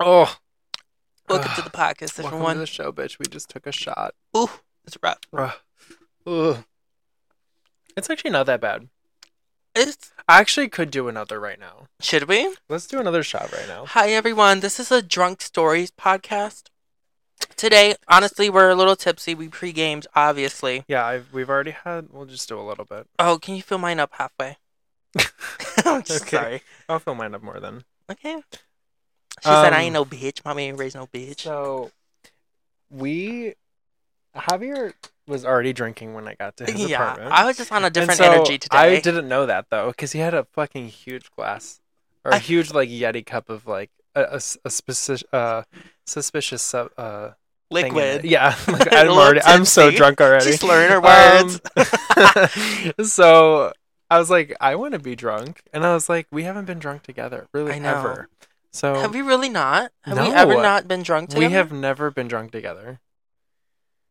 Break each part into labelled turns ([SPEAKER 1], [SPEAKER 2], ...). [SPEAKER 1] Oh,
[SPEAKER 2] Welcome to the podcast,
[SPEAKER 1] Ah, welcome
[SPEAKER 2] everyone.
[SPEAKER 1] to the show, bitch. We just took a shot.
[SPEAKER 2] Ooh, it's rough.
[SPEAKER 1] Ugh. Ugh. It's actually not that bad.
[SPEAKER 2] It's,
[SPEAKER 1] I actually could do another right now.
[SPEAKER 2] should we?
[SPEAKER 1] Let's do another shot right now.
[SPEAKER 2] Hi, everyone. This is a Drunk Stories podcast. Today, honestly, we're a little tipsy. We pre-gamed, obviously.
[SPEAKER 1] Yeah, I've, we've already had. We'll just do a little bit.
[SPEAKER 2] Oh, can you fill mine up halfway? I'm just
[SPEAKER 1] Okay.
[SPEAKER 2] sorry.
[SPEAKER 1] I'll fill mine up more then.
[SPEAKER 2] Okay. She said,
[SPEAKER 1] Um,
[SPEAKER 2] I ain't no bitch. Mommy ain't raised no bitch.
[SPEAKER 1] So, we Javier was already drinking when I got to his
[SPEAKER 2] yeah,
[SPEAKER 1] apartment.
[SPEAKER 2] I was just on a
[SPEAKER 1] And
[SPEAKER 2] different
[SPEAKER 1] so
[SPEAKER 2] energy today.
[SPEAKER 1] I didn't know that though, because he had a fucking huge glass or a
[SPEAKER 2] I-
[SPEAKER 1] huge like Yeti cup of like a, a s- a speci- uh, suspicious sub, uh, thing in it.
[SPEAKER 2] Liquid.
[SPEAKER 1] Yeah, like,
[SPEAKER 2] A
[SPEAKER 1] I'm
[SPEAKER 2] little
[SPEAKER 1] already. I'm so
[SPEAKER 2] tipsy.
[SPEAKER 1] drunk already.
[SPEAKER 2] She's slurring her words.
[SPEAKER 1] Um, so I was like, I want to be drunk, and I was like, we haven't been drunk together really
[SPEAKER 2] I know.
[SPEAKER 1] ever. So
[SPEAKER 2] have we really not? Have we
[SPEAKER 1] No.
[SPEAKER 2] ever not been drunk together?
[SPEAKER 1] we have never been drunk together.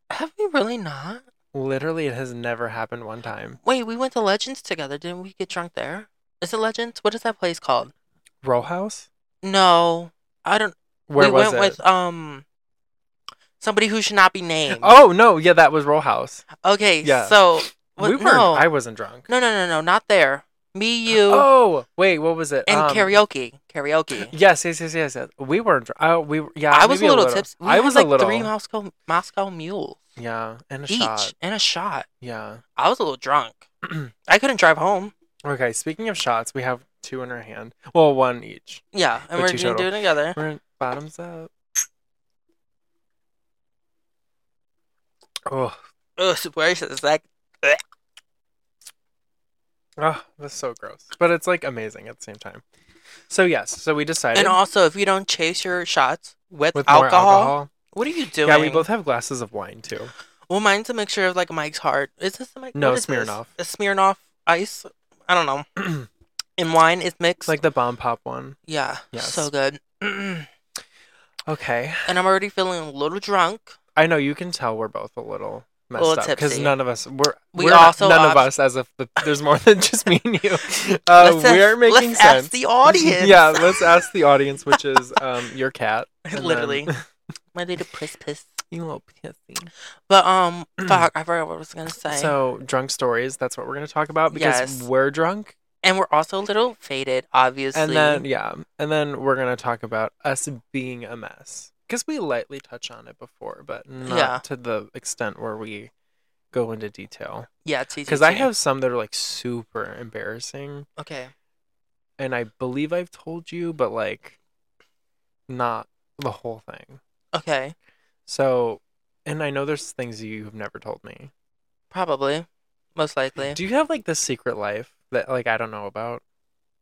[SPEAKER 2] Have we really not?
[SPEAKER 1] Literally, it has never happened one time.
[SPEAKER 2] Wait, we went to Legends together. Didn't we get drunk there? Is it Legends? What is that place called?
[SPEAKER 1] Row House?
[SPEAKER 2] No, I don't.
[SPEAKER 1] Where
[SPEAKER 2] we
[SPEAKER 1] was
[SPEAKER 2] went
[SPEAKER 1] it?
[SPEAKER 2] with um somebody who should not be named.
[SPEAKER 1] Oh no, yeah, that was Row House.
[SPEAKER 2] okay.
[SPEAKER 1] yeah.
[SPEAKER 2] So what,
[SPEAKER 1] we weren't.
[SPEAKER 2] no,
[SPEAKER 1] I wasn't drunk.
[SPEAKER 2] no, no, no, no, not there. Me, you,
[SPEAKER 1] Oh wait, what was it?
[SPEAKER 2] and
[SPEAKER 1] Um,
[SPEAKER 2] karaoke. Karaoke.
[SPEAKER 1] Yes, yes, yes, yes, yes. We weren't. Dr- oh, we were- yeah.
[SPEAKER 2] I was a
[SPEAKER 1] maybe
[SPEAKER 2] little, tipsy. We
[SPEAKER 1] I
[SPEAKER 2] had,
[SPEAKER 1] was
[SPEAKER 2] like
[SPEAKER 1] a little.
[SPEAKER 2] three Moscow Moscow mules
[SPEAKER 1] yeah, and a
[SPEAKER 2] each
[SPEAKER 1] shot.
[SPEAKER 2] and a shot.
[SPEAKER 1] Yeah.
[SPEAKER 2] I was a little drunk. I couldn't drive home.
[SPEAKER 1] Okay. Speaking of shots, we have two in our hand. Well, one each.
[SPEAKER 2] Yeah, and
[SPEAKER 1] But
[SPEAKER 2] we're
[SPEAKER 1] you
[SPEAKER 2] gonna do it
[SPEAKER 1] total.
[SPEAKER 2] together.
[SPEAKER 1] We're in bottoms up. Oh,
[SPEAKER 2] Ugh, where's this? Like,
[SPEAKER 1] oh, that's so gross. But it's like amazing at the same time. So yes, so we decided
[SPEAKER 2] and also, if you don't chase your shots with,
[SPEAKER 1] with more
[SPEAKER 2] alcohol,
[SPEAKER 1] alcohol.
[SPEAKER 2] what are you doing?
[SPEAKER 1] Yeah, we both have glasses of wine too.
[SPEAKER 2] Well, mine's a mixture of like Mike's Hard. Is this the Mike?
[SPEAKER 1] No,
[SPEAKER 2] what is this?
[SPEAKER 1] Smirnoff.
[SPEAKER 2] A Smirnoff Ice. I don't know. and wine is mixed.
[SPEAKER 1] like the bomb pop one.
[SPEAKER 2] yeah,
[SPEAKER 1] Yes.
[SPEAKER 2] so good. and
[SPEAKER 1] Okay.
[SPEAKER 2] I'm already feeling a little drunk.
[SPEAKER 1] I know you can tell we're both a little messed
[SPEAKER 2] Little
[SPEAKER 1] up because
[SPEAKER 2] tipsy.
[SPEAKER 1] none of us we're
[SPEAKER 2] We
[SPEAKER 1] we're not-
[SPEAKER 2] also
[SPEAKER 1] none of
[SPEAKER 2] ob-
[SPEAKER 1] us as if the, there's more than just me and you. Uh,
[SPEAKER 2] ask-
[SPEAKER 1] we're making
[SPEAKER 2] let's
[SPEAKER 1] sense.
[SPEAKER 2] ask the audience.
[SPEAKER 1] yeah, let's ask the audience, which is um, your cat. and then-
[SPEAKER 2] literally, my little piss piss.
[SPEAKER 1] you little pissy.
[SPEAKER 2] But um, fuck, I forgot what I was gonna say.
[SPEAKER 1] So drunk stories. That's what we're gonna talk about because
[SPEAKER 2] Yes.
[SPEAKER 1] we're drunk,
[SPEAKER 2] and we're also a little faded, obviously.
[SPEAKER 1] and then yeah, and then we're gonna talk about us being a mess because we lightly touch on it before, but not
[SPEAKER 2] Yeah.
[SPEAKER 1] to the extent where we go into detail.
[SPEAKER 2] yeah, TTT.
[SPEAKER 1] because I have some that are like super embarrassing,
[SPEAKER 2] okay.
[SPEAKER 1] and I believe I've told you, but like, not the whole thing.
[SPEAKER 2] Okay,
[SPEAKER 1] So, and I know there's things you have never told me.
[SPEAKER 2] probably, most likely.
[SPEAKER 1] Do you have like this secret life that like I don't know about?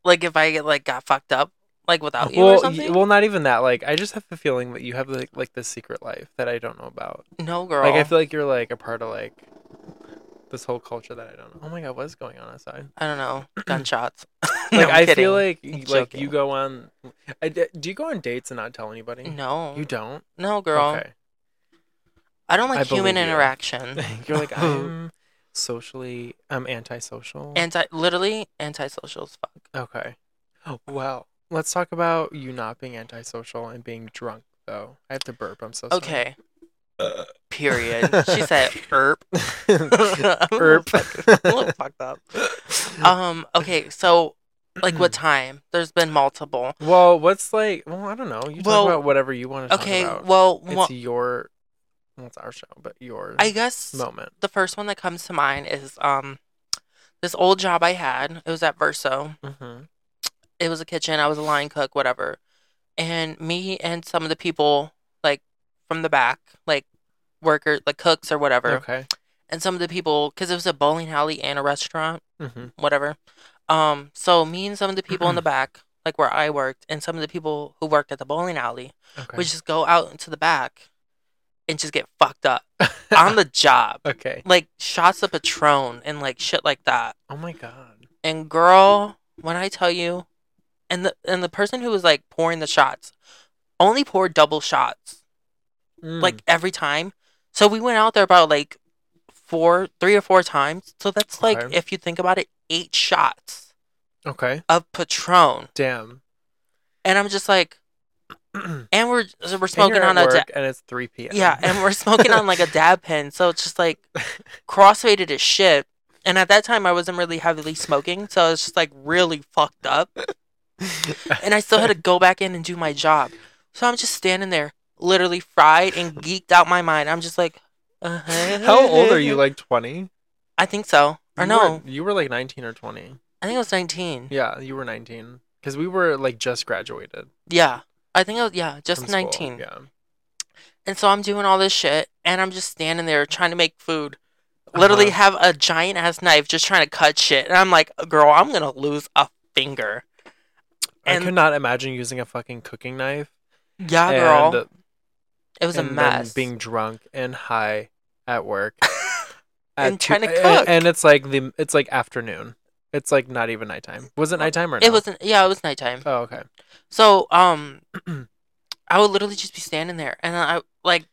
[SPEAKER 2] like if I like got fucked up, like without you or
[SPEAKER 1] well, y-
[SPEAKER 2] something.
[SPEAKER 1] well, not even that. Like, I just have the feeling that you have like like this secret life that I don't know about.
[SPEAKER 2] no, girl.
[SPEAKER 1] Like, I feel like you're like a part of like this whole culture that I don't know. Oh my god, what's going on outside?
[SPEAKER 2] I don't know. Gunshots. No,
[SPEAKER 1] Like,
[SPEAKER 2] I'm
[SPEAKER 1] I
[SPEAKER 2] kidding.
[SPEAKER 1] feel like
[SPEAKER 2] I'm
[SPEAKER 1] like you
[SPEAKER 2] joking.
[SPEAKER 1] go on. I, do you go on dates and not tell anybody?
[SPEAKER 2] No,
[SPEAKER 1] You don't?
[SPEAKER 2] no, girl.
[SPEAKER 1] Okay.
[SPEAKER 2] I don't like
[SPEAKER 1] I
[SPEAKER 2] human
[SPEAKER 1] believe you.
[SPEAKER 2] interaction.
[SPEAKER 1] You're like, I'm socially, I'm antisocial.
[SPEAKER 2] Anti, literally antisocial as fuck.
[SPEAKER 1] okay. Oh, well, let's talk about you not being antisocial and being drunk, though. I have to burp. I'm so sorry.
[SPEAKER 2] Okay. Period. she said, "Erp."
[SPEAKER 1] Erp.
[SPEAKER 2] Erp. Look fucked up. Um. Okay. So, like, what time? There's been multiple.
[SPEAKER 1] well, what's like, well, I don't know. You talk
[SPEAKER 2] Well,
[SPEAKER 1] about whatever you want to
[SPEAKER 2] Okay.
[SPEAKER 1] talk about.
[SPEAKER 2] Well,
[SPEAKER 1] it's
[SPEAKER 2] well
[SPEAKER 1] your, well, it's our show, but your
[SPEAKER 2] I guess
[SPEAKER 1] moment.
[SPEAKER 2] the first one that comes to mind is um this old job I had. It was at Verso.
[SPEAKER 1] Mm-hmm.
[SPEAKER 2] it was a kitchen. I was a line cook, whatever. And me and some of the people, like from the back, like worker, like cooks or whatever,
[SPEAKER 1] Okay.
[SPEAKER 2] and some of the people, because it was a bowling alley and a restaurant,
[SPEAKER 1] Mm-hmm.
[SPEAKER 2] whatever. Um, so me and some of the people in the back, like where I worked, and some of the people who worked at the bowling alley,
[SPEAKER 1] Okay.
[SPEAKER 2] would just go out into the back and just get fucked up on the job,
[SPEAKER 1] okay.
[SPEAKER 2] like shots of Patron and like shit like that.
[SPEAKER 1] Oh my god.
[SPEAKER 2] And girl, when I tell you, and the and the person who was like pouring the shots, only poured double shots
[SPEAKER 1] Hmm. Mm.
[SPEAKER 2] like every time. So we went out there about like four, three or four times. So that's like,
[SPEAKER 1] Okay.
[SPEAKER 2] if you think about it, eight shots
[SPEAKER 1] okay.
[SPEAKER 2] of Patron.
[SPEAKER 1] Damn.
[SPEAKER 2] And I'm just like,
[SPEAKER 1] and
[SPEAKER 2] and we're so we're
[SPEAKER 1] you're
[SPEAKER 2] smoking
[SPEAKER 1] at
[SPEAKER 2] on a
[SPEAKER 1] work
[SPEAKER 2] da-
[SPEAKER 1] and it's 3 p.m.
[SPEAKER 2] yeah, and we're smoking on like a dab pen, so it's just like crossfaded as shit. And at that time, I wasn't really heavily smoking, so it's just like really fucked up. And I still had to go back in and do my job, so I'm just standing there, literally fried and geeked out my mind. I'm just like, uh-huh.
[SPEAKER 1] How old are you? Like 20?
[SPEAKER 2] I think so, or
[SPEAKER 1] You
[SPEAKER 2] no,
[SPEAKER 1] were- you were like 19 or 20.
[SPEAKER 2] I think I was 19.
[SPEAKER 1] Yeah, you were 19 because we were like just graduated.
[SPEAKER 2] Yeah, I think I was yeah,
[SPEAKER 1] from
[SPEAKER 2] just
[SPEAKER 1] school,
[SPEAKER 2] 19.
[SPEAKER 1] Yeah.
[SPEAKER 2] And so I'm doing all this shit, and I'm just standing there trying to make food. Literally
[SPEAKER 1] Uh-huh.
[SPEAKER 2] have a giant ass knife just trying to cut shit. And I'm like, girl, I'm gonna lose a finger.
[SPEAKER 1] I
[SPEAKER 2] and-
[SPEAKER 1] could not imagine using a fucking cooking knife.
[SPEAKER 2] Yeah,
[SPEAKER 1] and,
[SPEAKER 2] girl. It was a
[SPEAKER 1] and then
[SPEAKER 2] mess.
[SPEAKER 1] being drunk and high at work.
[SPEAKER 2] And trying to
[SPEAKER 1] a-
[SPEAKER 2] cook.
[SPEAKER 1] And, it's like the it's like afternoon. It's like not even nighttime. Was it nighttime or no?
[SPEAKER 2] Oh, it wasn't yeah, it was nighttime.
[SPEAKER 1] Oh, okay.
[SPEAKER 2] So um I would literally just be standing there and I like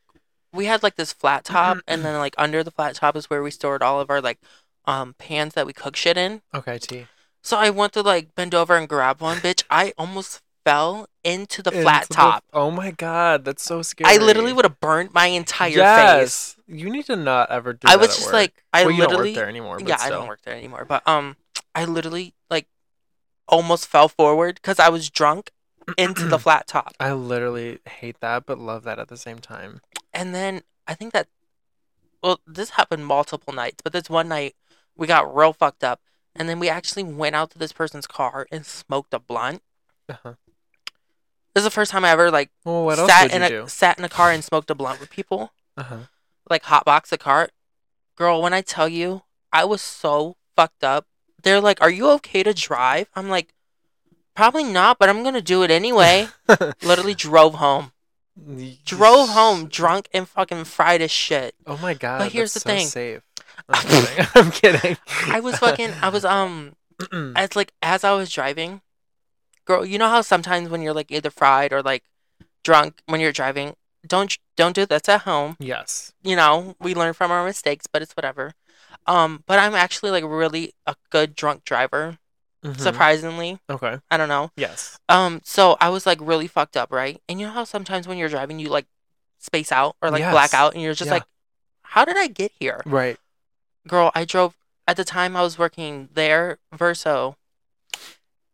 [SPEAKER 2] we had like this flat top and then like under the flat top is where we stored all of our like um pans that we cook shit in.
[SPEAKER 1] Okay, T.
[SPEAKER 2] So I went to like bend over and grab one, bitch. I almost fell into the flat
[SPEAKER 1] Into the-
[SPEAKER 2] top.
[SPEAKER 1] oh my god, that's so scary.
[SPEAKER 2] I literally would have burnt my entire face.
[SPEAKER 1] yes. You need to not ever do
[SPEAKER 2] I
[SPEAKER 1] that
[SPEAKER 2] was
[SPEAKER 1] at
[SPEAKER 2] just
[SPEAKER 1] work.
[SPEAKER 2] like, I
[SPEAKER 1] well, you don't
[SPEAKER 2] literally,
[SPEAKER 1] work there anymore, but
[SPEAKER 2] yeah, I
[SPEAKER 1] still.
[SPEAKER 2] don't work there anymore. But um, I literally like almost fell forward because I was drunk into the flat top,
[SPEAKER 1] I literally hate that but love that at the same time.
[SPEAKER 2] and then I think that, well, this happened multiple nights, but this one night we got real fucked up, and then we actually went out to this person's car and smoked a blunt.
[SPEAKER 1] Uh-huh.
[SPEAKER 2] This is the first time I ever like
[SPEAKER 1] Well, what else
[SPEAKER 2] sat
[SPEAKER 1] would
[SPEAKER 2] in
[SPEAKER 1] you
[SPEAKER 2] a
[SPEAKER 1] do?
[SPEAKER 2] sat in a car and smoked a blunt with people.
[SPEAKER 1] Uh-huh.
[SPEAKER 2] like hotbox the cart. Girl, when I tell you, I was so fucked up. They're like, "Are you okay to drive?" I'm like, "Probably not, but I'm gonna do it anyway."
[SPEAKER 1] Uh-huh.
[SPEAKER 2] Literally drove home, drove home drunk and fucking fried as shit.
[SPEAKER 1] Oh my god!
[SPEAKER 2] here's
[SPEAKER 1] that's
[SPEAKER 2] the
[SPEAKER 1] so
[SPEAKER 2] thing.
[SPEAKER 1] Safe. I'm kidding. I'm kidding. Mm-hmm.
[SPEAKER 2] I was fucking, I was um, as like as I was driving, girl. You know how sometimes when you're like either fried or like drunk when you're driving, don't don't do this at home.
[SPEAKER 1] yes.
[SPEAKER 2] you know, we learn from our mistakes, but it's whatever. Um, but I'm actually like really a good drunk driver,
[SPEAKER 1] Mhm.
[SPEAKER 2] surprisingly.
[SPEAKER 1] Okay.
[SPEAKER 2] I don't know.
[SPEAKER 1] Yes.
[SPEAKER 2] Um, so I was like really fucked up, right? And you know how sometimes when you're driving, you like space out or like
[SPEAKER 1] Yes.
[SPEAKER 2] black out, and you're just
[SPEAKER 1] Yeah.
[SPEAKER 2] like, how did I get here?
[SPEAKER 1] Right.
[SPEAKER 2] Girl, I drove at the time I was working there, Verso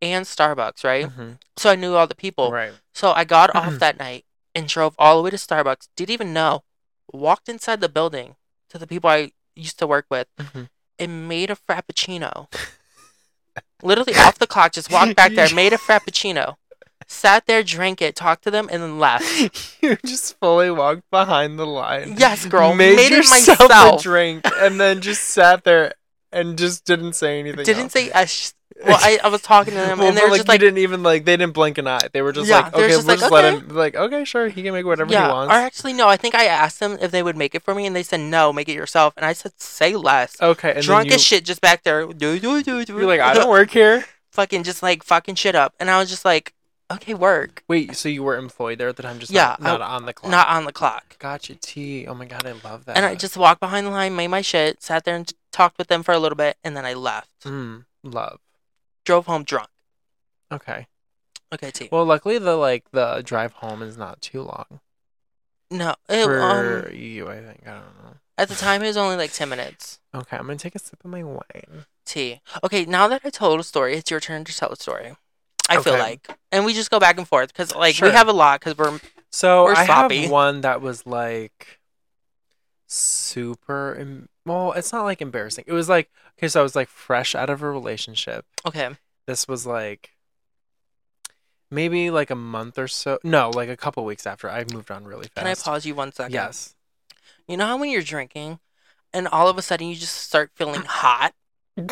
[SPEAKER 2] and Starbucks, right?
[SPEAKER 1] Mhm.
[SPEAKER 2] So I knew all the people.
[SPEAKER 1] Right.
[SPEAKER 2] So I got
[SPEAKER 1] Mm-hmm.
[SPEAKER 2] off that night and drove all the way to Starbucks. Didn't even know. Walked inside the building to the people I used to work with
[SPEAKER 1] Mhm.
[SPEAKER 2] and made a frappuccino. Literally off the clock, just walked back there, made a frappuccino, sat there, drank it, talked to them, and then left.
[SPEAKER 1] you just fully walked behind the line.
[SPEAKER 2] Yes, girl,
[SPEAKER 1] Made,
[SPEAKER 2] made it
[SPEAKER 1] yourself
[SPEAKER 2] myself.
[SPEAKER 1] a drink and then just sat there and just didn't say anything.
[SPEAKER 2] Didn't
[SPEAKER 1] else.
[SPEAKER 2] say a sh- well. I, I was talking to them,
[SPEAKER 1] Well,
[SPEAKER 2] and
[SPEAKER 1] but,
[SPEAKER 2] they're
[SPEAKER 1] like,
[SPEAKER 2] just like,
[SPEAKER 1] you didn't even like they didn't blink an eye. They were just
[SPEAKER 2] Yeah,
[SPEAKER 1] like,
[SPEAKER 2] they were
[SPEAKER 1] okay,
[SPEAKER 2] just
[SPEAKER 1] we'll
[SPEAKER 2] like,
[SPEAKER 1] just let
[SPEAKER 2] okay.
[SPEAKER 1] him. Like, okay, sure, he can make whatever
[SPEAKER 2] yeah.
[SPEAKER 1] he
[SPEAKER 2] Or
[SPEAKER 1] wants.
[SPEAKER 2] actually, no. I think I asked them if they would make it for me, and they said no, make it yourself. And I said say less.
[SPEAKER 1] Okay, Uh, and
[SPEAKER 2] Drunk
[SPEAKER 1] then you,
[SPEAKER 2] as shit, just back there. Do, do, do, do.
[SPEAKER 1] you're like, I don't work here.
[SPEAKER 2] fucking just like fucking shit up. And I was just like, okay, work,
[SPEAKER 1] Wait, so you were employed there at the time, just
[SPEAKER 2] Yeah,
[SPEAKER 1] not, not on the clock.
[SPEAKER 2] not on the clock.
[SPEAKER 1] Gotcha, T. Oh my god, I love that.
[SPEAKER 2] And I just walked behind the line, made my shit, sat there and t- talked with them for a little bit, and then I left.
[SPEAKER 1] Mm, love.
[SPEAKER 2] Drove home drunk.
[SPEAKER 1] Okay.
[SPEAKER 2] Okay, T.
[SPEAKER 1] Well, luckily the like the drive home is not too long
[SPEAKER 2] No, it,
[SPEAKER 1] for
[SPEAKER 2] um,
[SPEAKER 1] you. I think I don't know.
[SPEAKER 2] at the time it was only like ten minutes.
[SPEAKER 1] Okay, I'm gonna take a sip of my wine.
[SPEAKER 2] T. Okay, now that I told a story, it's your turn to tell a story. I feel
[SPEAKER 1] Okay.
[SPEAKER 2] like, and we just go back and forth because like
[SPEAKER 1] Sure.
[SPEAKER 2] we have a lot because we're
[SPEAKER 1] So
[SPEAKER 2] Or
[SPEAKER 1] I
[SPEAKER 2] sloppy.
[SPEAKER 1] have one that was like super. Em- well, it's not like embarrassing. It was like okay, so I was like fresh out of a relationship.
[SPEAKER 2] okay.
[SPEAKER 1] This was like maybe like a month or so. No, like a couple weeks after I moved on really
[SPEAKER 2] Can I
[SPEAKER 1] fast.
[SPEAKER 2] pause you one second?
[SPEAKER 1] Yes.
[SPEAKER 2] You know how when you're drinking, and all of a sudden you just start feeling hot. you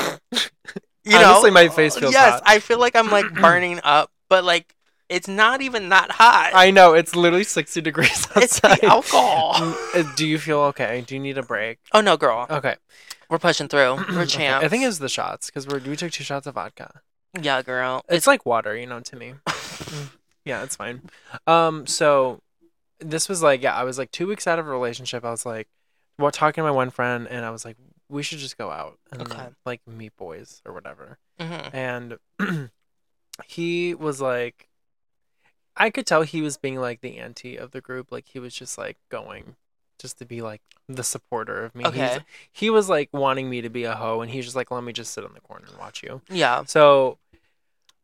[SPEAKER 2] know?
[SPEAKER 1] Honestly, my face feels
[SPEAKER 2] yes
[SPEAKER 1] hot.
[SPEAKER 2] i feel like i'm like burning up but like it's not even that hot
[SPEAKER 1] I know it's literally sixty degrees outside.
[SPEAKER 2] it's the alcohol
[SPEAKER 1] Mm, uh, Do you feel okay? Do you need a break?
[SPEAKER 2] oh no girl
[SPEAKER 1] Okay.
[SPEAKER 2] we're pushing through we're
[SPEAKER 1] Uh, Okay,
[SPEAKER 2] champs
[SPEAKER 1] I think it's the shots because we took two shots of vodka.
[SPEAKER 2] yeah girl
[SPEAKER 1] It's, like water, you know, to me. Yeah, it's fine. Um, so this was like, yeah, I was like two weeks out of a relationship. I was like, well, talking to my one friend, and I was like, we should just go out and
[SPEAKER 2] Okay.
[SPEAKER 1] like meet boys
[SPEAKER 2] Mm-hmm.
[SPEAKER 1] or whatever.
[SPEAKER 2] Mhm.
[SPEAKER 1] And he was like, I could tell he was being like the anti of the group. Like he was just like going just to be like the supporter of me. He was-
[SPEAKER 2] Okay.
[SPEAKER 1] he was like wanting me to be a hoe and he's just like, let me just sit on the corner and watch you.
[SPEAKER 2] Yeah.
[SPEAKER 1] So,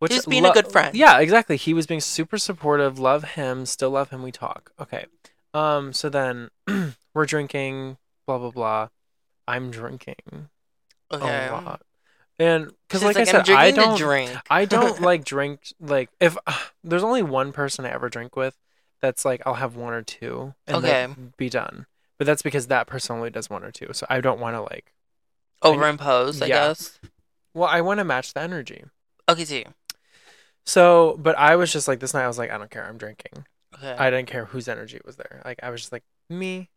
[SPEAKER 1] which
[SPEAKER 2] He was being a good friend.
[SPEAKER 1] Yeah, exactly. He was being super supportive. Love him. Still love him. We talk. Okay. Um. So then we're drinking. Blah blah blah. I'm drinking
[SPEAKER 2] Okay.
[SPEAKER 1] a lot, and because
[SPEAKER 2] She's
[SPEAKER 1] Oh, like, I
[SPEAKER 2] I'm
[SPEAKER 1] said, I
[SPEAKER 2] drinking to
[SPEAKER 1] don't.
[SPEAKER 2] drink.
[SPEAKER 1] I don't like drink like if there's only one person I ever drink with that's like I'll have one or two and like, be done. But that's because that person only does one or two. So I don't want to like.
[SPEAKER 2] Overimpose, I
[SPEAKER 1] Yeah.
[SPEAKER 2] guess.
[SPEAKER 1] Well, I want to match the energy.
[SPEAKER 2] Okay, see.
[SPEAKER 1] So, but I was just like this night. I was like, I don't care. I'm drinking.
[SPEAKER 2] Okay.
[SPEAKER 1] I didn't care whose energy was there. Like I was just like me,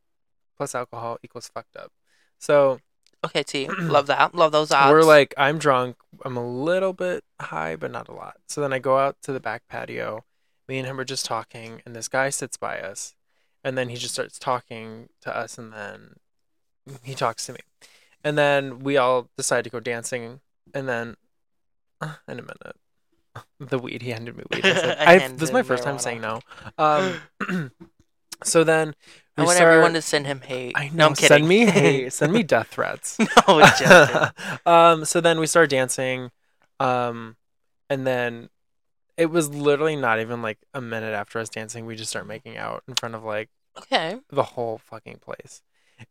[SPEAKER 1] plus alcohol equals fucked up. So
[SPEAKER 2] okay, T. Love that. Love those odds.
[SPEAKER 1] we're like, I'm drunk. I'm a little bit high, but not a lot. So then I go out to the back patio. Me and him are just talking, and this guy sits by us, and then he just starts talking to us, and then he talks to me, and then we all decide to go dancing, and then uh, in a minute, the weed he handed me weed. I was like,
[SPEAKER 2] I
[SPEAKER 1] I
[SPEAKER 2] handed
[SPEAKER 1] this is my
[SPEAKER 2] him
[SPEAKER 1] first time
[SPEAKER 2] marijuana.
[SPEAKER 1] saying no. Um, so then
[SPEAKER 2] I
[SPEAKER 1] we
[SPEAKER 2] want
[SPEAKER 1] start-
[SPEAKER 2] everyone to send him hate.
[SPEAKER 1] I know.
[SPEAKER 2] no, I'm kidding.
[SPEAKER 1] Send me hate. Send me death threats.
[SPEAKER 2] no, it's just
[SPEAKER 1] um, so then we started dancing, um, and then it was literally not even like a minute after us dancing, we just start making out in front of like
[SPEAKER 2] okay.
[SPEAKER 1] the whole fucking place,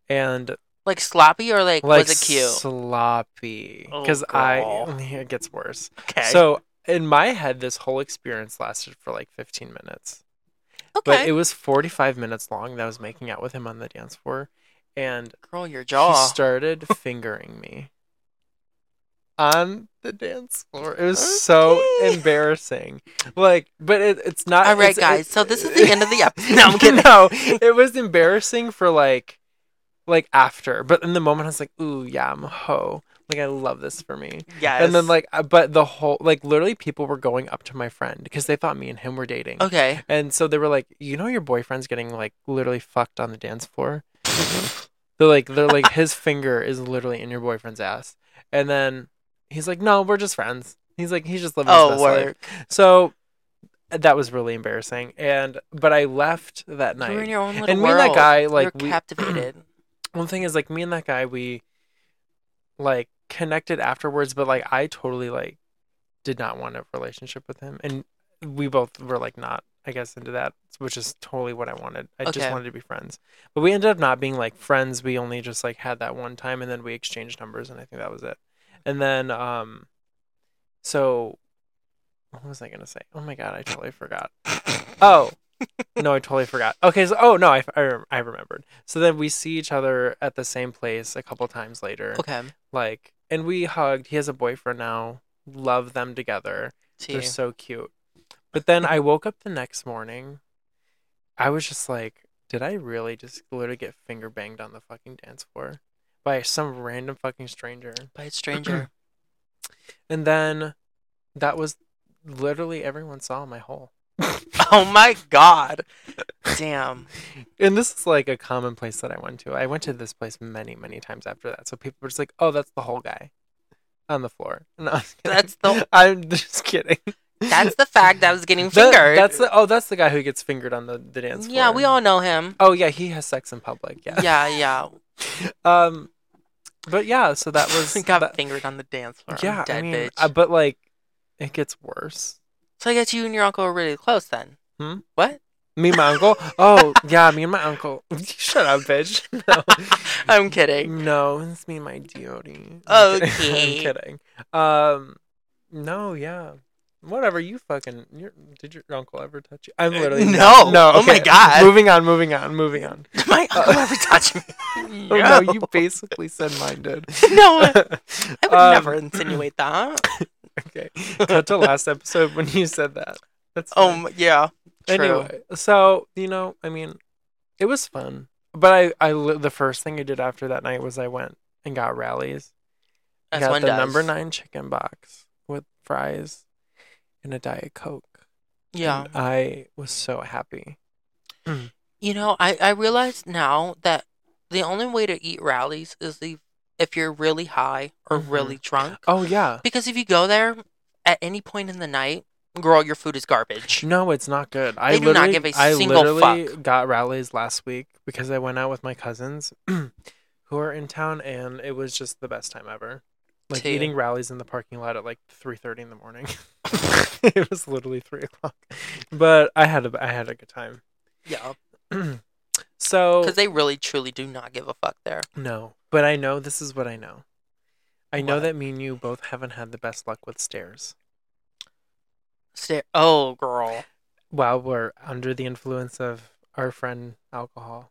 [SPEAKER 1] and
[SPEAKER 2] Like sloppy or like,
[SPEAKER 1] like
[SPEAKER 2] was it cute?
[SPEAKER 1] sloppy
[SPEAKER 2] Oh,
[SPEAKER 1] because I
[SPEAKER 2] girl.
[SPEAKER 1] it gets worse.
[SPEAKER 2] okay.
[SPEAKER 1] So in my head, this whole experience lasted for like 15 minutes. But
[SPEAKER 2] okay.
[SPEAKER 1] it was 45 minutes long that I was making out with him on the dance floor. And
[SPEAKER 2] Girl, your
[SPEAKER 1] he
[SPEAKER 2] jaw.
[SPEAKER 1] started fingering me on the dance floor. It was so
[SPEAKER 2] Okay.
[SPEAKER 1] embarrassing. Like, but it, it's not.
[SPEAKER 2] All right,
[SPEAKER 1] it's-
[SPEAKER 2] guys,
[SPEAKER 1] it-
[SPEAKER 2] so this is the end of the episode. No, I'm kidding.
[SPEAKER 1] no, it was embarrassing for like, like after. But in the moment, I was like, "Ooh, yeah, I'm a hoe. Like, I love this for me."
[SPEAKER 2] Yes.
[SPEAKER 1] And then like, uh, but the whole like, literally, people were going up to my friend because they thought me and him were dating.
[SPEAKER 2] Okay.
[SPEAKER 1] And so they were like, you know, your boyfriend's getting like literally fucked on the dance floor.
[SPEAKER 2] Mm-hmm.
[SPEAKER 1] they're like, they're like, his finger is literally in your boyfriend's ass. And then he's like, no, we're just friends. He's like, he's just living his
[SPEAKER 2] Oh,
[SPEAKER 1] best life.
[SPEAKER 2] work.
[SPEAKER 1] So that was really embarrassing. And but I left that
[SPEAKER 2] You were in
[SPEAKER 1] night.
[SPEAKER 2] your own little
[SPEAKER 1] And me and
[SPEAKER 2] world.
[SPEAKER 1] that guy,
[SPEAKER 2] You're
[SPEAKER 1] like, we,
[SPEAKER 2] captivated.
[SPEAKER 1] one thing is like me and that guy, we like connected afterwards, but like I totally like did not want a relationship with him, and we both were like not, I guess, into that, which is totally what I wanted. I just
[SPEAKER 2] Okay.
[SPEAKER 1] wanted to be friends, but we ended up not being like friends. We only just like had that one time, and then we exchanged numbers, and I think that was it. And then, um, so what was I gonna say? Oh my god, I totally forgot. Oh. no, I totally forgot. Okay, so oh no, I, I, rem- I remembered. So then we see each other at the same place a couple times later
[SPEAKER 2] Okay.
[SPEAKER 1] like and we hugged he has a boyfriend now love them together
[SPEAKER 2] T.
[SPEAKER 1] they're so cute but then i woke up the next morning i was just like did i really just literally get finger banged on the fucking dance floor by some random fucking stranger
[SPEAKER 2] By a stranger.
[SPEAKER 1] and then that was literally everyone saw my hole
[SPEAKER 2] oh my god. Damn.
[SPEAKER 1] and this is like a common place that i went to i went to this place many many times after that so people were just like oh that's the whole guy on the floor no, I'm just kidding.
[SPEAKER 2] That's the-
[SPEAKER 1] i'm just kidding
[SPEAKER 2] That's the fact that I was getting
[SPEAKER 1] That-
[SPEAKER 2] fingered.
[SPEAKER 1] that's the oh, that's the guy who gets fingered on the, the dance floor.
[SPEAKER 2] yeah, we all know him.
[SPEAKER 1] Oh yeah, he has sex in public. Yeah.
[SPEAKER 2] Yeah, yeah.
[SPEAKER 1] Um, but yeah, so that was
[SPEAKER 2] got
[SPEAKER 1] that-
[SPEAKER 2] fingered on the dance floor. I'm
[SPEAKER 1] yeah. I
[SPEAKER 2] dead
[SPEAKER 1] mean,
[SPEAKER 2] bitch.
[SPEAKER 1] uh, but like, it gets worse.
[SPEAKER 2] so I guess you and your uncle were really close then.
[SPEAKER 1] Hmm?
[SPEAKER 2] What?
[SPEAKER 1] Me and my uncle. Oh yeah, me and my uncle. Shut up, bitch.
[SPEAKER 2] I'm
[SPEAKER 1] No,
[SPEAKER 2] kidding.
[SPEAKER 1] no, it's me and my duty. I'm
[SPEAKER 2] Okay.
[SPEAKER 1] kidding. I'm kidding. Um, no, yeah. Whatever you fucking, your, did your uncle ever touch you? I'm literally
[SPEAKER 2] no.
[SPEAKER 1] No.
[SPEAKER 2] Oh my
[SPEAKER 1] okay.
[SPEAKER 2] God.
[SPEAKER 1] Moving on. Moving on. Moving on.
[SPEAKER 2] My uncle ever touched me.
[SPEAKER 1] Oh,
[SPEAKER 2] No,
[SPEAKER 1] no, you basically said mine did.
[SPEAKER 2] no I would
[SPEAKER 1] Um,
[SPEAKER 2] never insinuate that.
[SPEAKER 1] Okay. Cut to last episode when you said that. That's fine.
[SPEAKER 2] Um, yeah. True.
[SPEAKER 1] anyway. So you know, I mean, it was fun, but I, I, li- the first thing I did after that night was I went and got rallies. I
[SPEAKER 2] As
[SPEAKER 1] got
[SPEAKER 2] one
[SPEAKER 1] the
[SPEAKER 2] does.
[SPEAKER 1] number nine chicken box with fries and a diet coke.
[SPEAKER 2] Yeah.
[SPEAKER 1] And I was so happy.
[SPEAKER 2] You know, I I realize now that the only way to eat rallies is the if you're really high or
[SPEAKER 1] Mhm.
[SPEAKER 2] really drunk.
[SPEAKER 1] Oh yeah.
[SPEAKER 2] Because if you go there at any point in the night, girl, your food is garbage.
[SPEAKER 1] No, it's not good. I
[SPEAKER 2] They do not
[SPEAKER 1] literally-
[SPEAKER 2] give a
[SPEAKER 1] I
[SPEAKER 2] single
[SPEAKER 1] literally
[SPEAKER 2] fuck.
[SPEAKER 1] got rallies last week because I went out with my cousins who are in town, and it was just the best time ever. Like
[SPEAKER 2] Two.
[SPEAKER 1] eating rallies in the parking lot at like three thirty in the morning. it was literally three o'clock, but I had a I had a good time.
[SPEAKER 2] Yeah,
[SPEAKER 1] so
[SPEAKER 2] because they really truly do not give a fuck there.
[SPEAKER 1] no, but I know this is what I know. I know
[SPEAKER 2] What?
[SPEAKER 1] that me and you both haven't had the best luck with stairs.
[SPEAKER 2] Stare. Oh, girl,
[SPEAKER 1] While we're under the influence of our friend alcohol.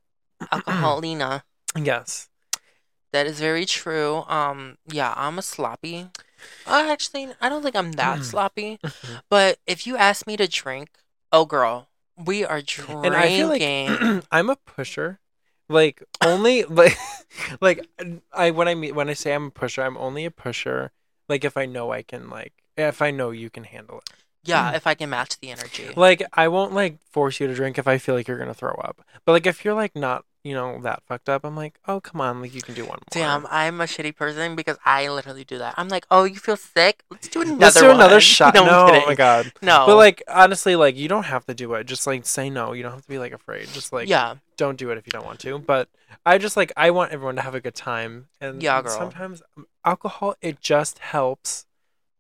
[SPEAKER 2] alcoholina.
[SPEAKER 1] Yes.
[SPEAKER 2] That is very true. Um, yeah, I'm a sloppy. I actually, I don't think I'm that
[SPEAKER 1] Mm.
[SPEAKER 2] sloppy. But if you ask me to drink, oh girl, we are drinking.
[SPEAKER 1] and I feel like I'm a pusher. Like only like like I when I mean when I say I'm a pusher, I'm only a pusher. Like if I know I can like if I know you can handle it.
[SPEAKER 2] yeah, if I can match the energy.
[SPEAKER 1] Like I won't like force you to drink if I feel like you're gonna throw up. But like if you're like not you know that fucked up, I'm like oh come on like you can do one more.
[SPEAKER 2] Damn, I'm a shitty person because I literally do that. I'm like, oh, you feel sick? Let's do another.
[SPEAKER 1] Let's do another
[SPEAKER 2] one."
[SPEAKER 1] shot.
[SPEAKER 2] No, I'm
[SPEAKER 1] No, oh
[SPEAKER 2] kidding.
[SPEAKER 1] my god.
[SPEAKER 2] no.
[SPEAKER 1] But like honestly, like you don't have to do it. Just like say no. You don't have to be like afraid. Just like
[SPEAKER 2] yeah,
[SPEAKER 1] don't do it if you don't want to. But I just like I want everyone to have a good time. And
[SPEAKER 2] Yeah, girl.
[SPEAKER 1] sometimes um, alcohol it just helps.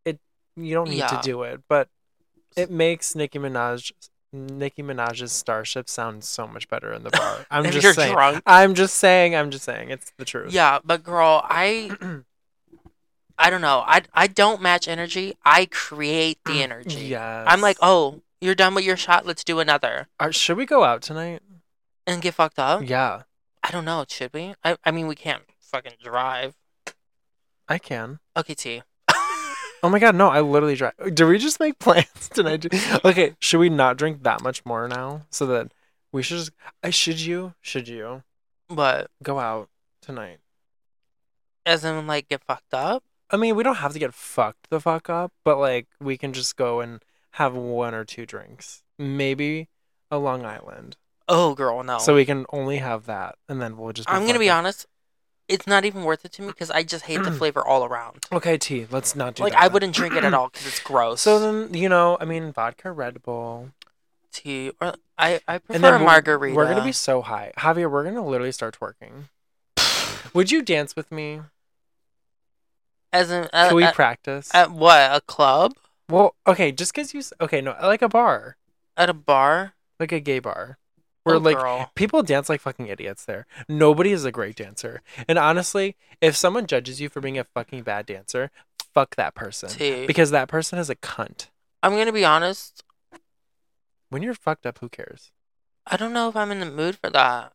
[SPEAKER 1] It you don't need to
[SPEAKER 2] Yeah.
[SPEAKER 1] do it, but it makes Nicki Minaj Nicki Minaj's Starship sound so much better in the bar. I'm
[SPEAKER 2] if
[SPEAKER 1] just
[SPEAKER 2] you're
[SPEAKER 1] saying.
[SPEAKER 2] drunk.
[SPEAKER 1] I'm just saying. I'm just saying. It's the truth.
[SPEAKER 2] Yeah, but girl, I, I don't know. I, I don't match energy. I create the energy.
[SPEAKER 1] Mm, Yes.
[SPEAKER 2] I'm like, oh, you're done with your shot. Let's do another
[SPEAKER 1] Are- should we go out tonight?
[SPEAKER 2] and get fucked up.
[SPEAKER 1] Yeah,
[SPEAKER 2] I don't know. Should we? I, I mean, we can't fucking drive.
[SPEAKER 1] I can.
[SPEAKER 2] Okay, T.
[SPEAKER 1] Oh my god, no! I literally drive. Do we just make plans tonight? Do- Okay, should we not drink that much more now so that we should? Just, I should you should you
[SPEAKER 2] but
[SPEAKER 1] go out tonight?
[SPEAKER 2] as in, like, get fucked up.
[SPEAKER 1] I mean, we don't have to get fucked the fuck up, but like we can just go and have one or two drinks, maybe a Long Island,
[SPEAKER 2] Oh, girl, no.
[SPEAKER 1] so we can only have that, and then we'll just.
[SPEAKER 2] I'm gonna be
[SPEAKER 1] fucked Mm.
[SPEAKER 2] honest. It's not even worth it to me because I just hate the flavor all around.
[SPEAKER 1] up. Okay, T. Let's not do
[SPEAKER 2] like,
[SPEAKER 1] that
[SPEAKER 2] I
[SPEAKER 1] then.
[SPEAKER 2] wouldn't drink it at all because it's gross.
[SPEAKER 1] So then you know, I mean, vodka, Red Bull,
[SPEAKER 2] tea or I, I prefer
[SPEAKER 1] then
[SPEAKER 2] a
[SPEAKER 1] we'll-
[SPEAKER 2] margarita.
[SPEAKER 1] We're gonna be so high, Javier. We're gonna literally start twerking. Would you dance with me?
[SPEAKER 2] as in uh,
[SPEAKER 1] Can we
[SPEAKER 2] at,
[SPEAKER 1] practice?
[SPEAKER 2] at what a club
[SPEAKER 1] well, okay, just because you. s- Okay, no, like a bar,
[SPEAKER 2] at a bar.
[SPEAKER 1] like a gay bar, where
[SPEAKER 2] Oh,
[SPEAKER 1] like
[SPEAKER 2] girl.
[SPEAKER 1] people dance like fucking idiots. There, nobody is a great dancer. And honestly, if someone judges you for being a fucking bad dancer, fuck that person
[SPEAKER 2] Tea.
[SPEAKER 1] because that person is a cunt.
[SPEAKER 2] I'm gonna be honest.
[SPEAKER 1] When you're fucked up, who cares?
[SPEAKER 2] I don't know if I'm in the mood for that.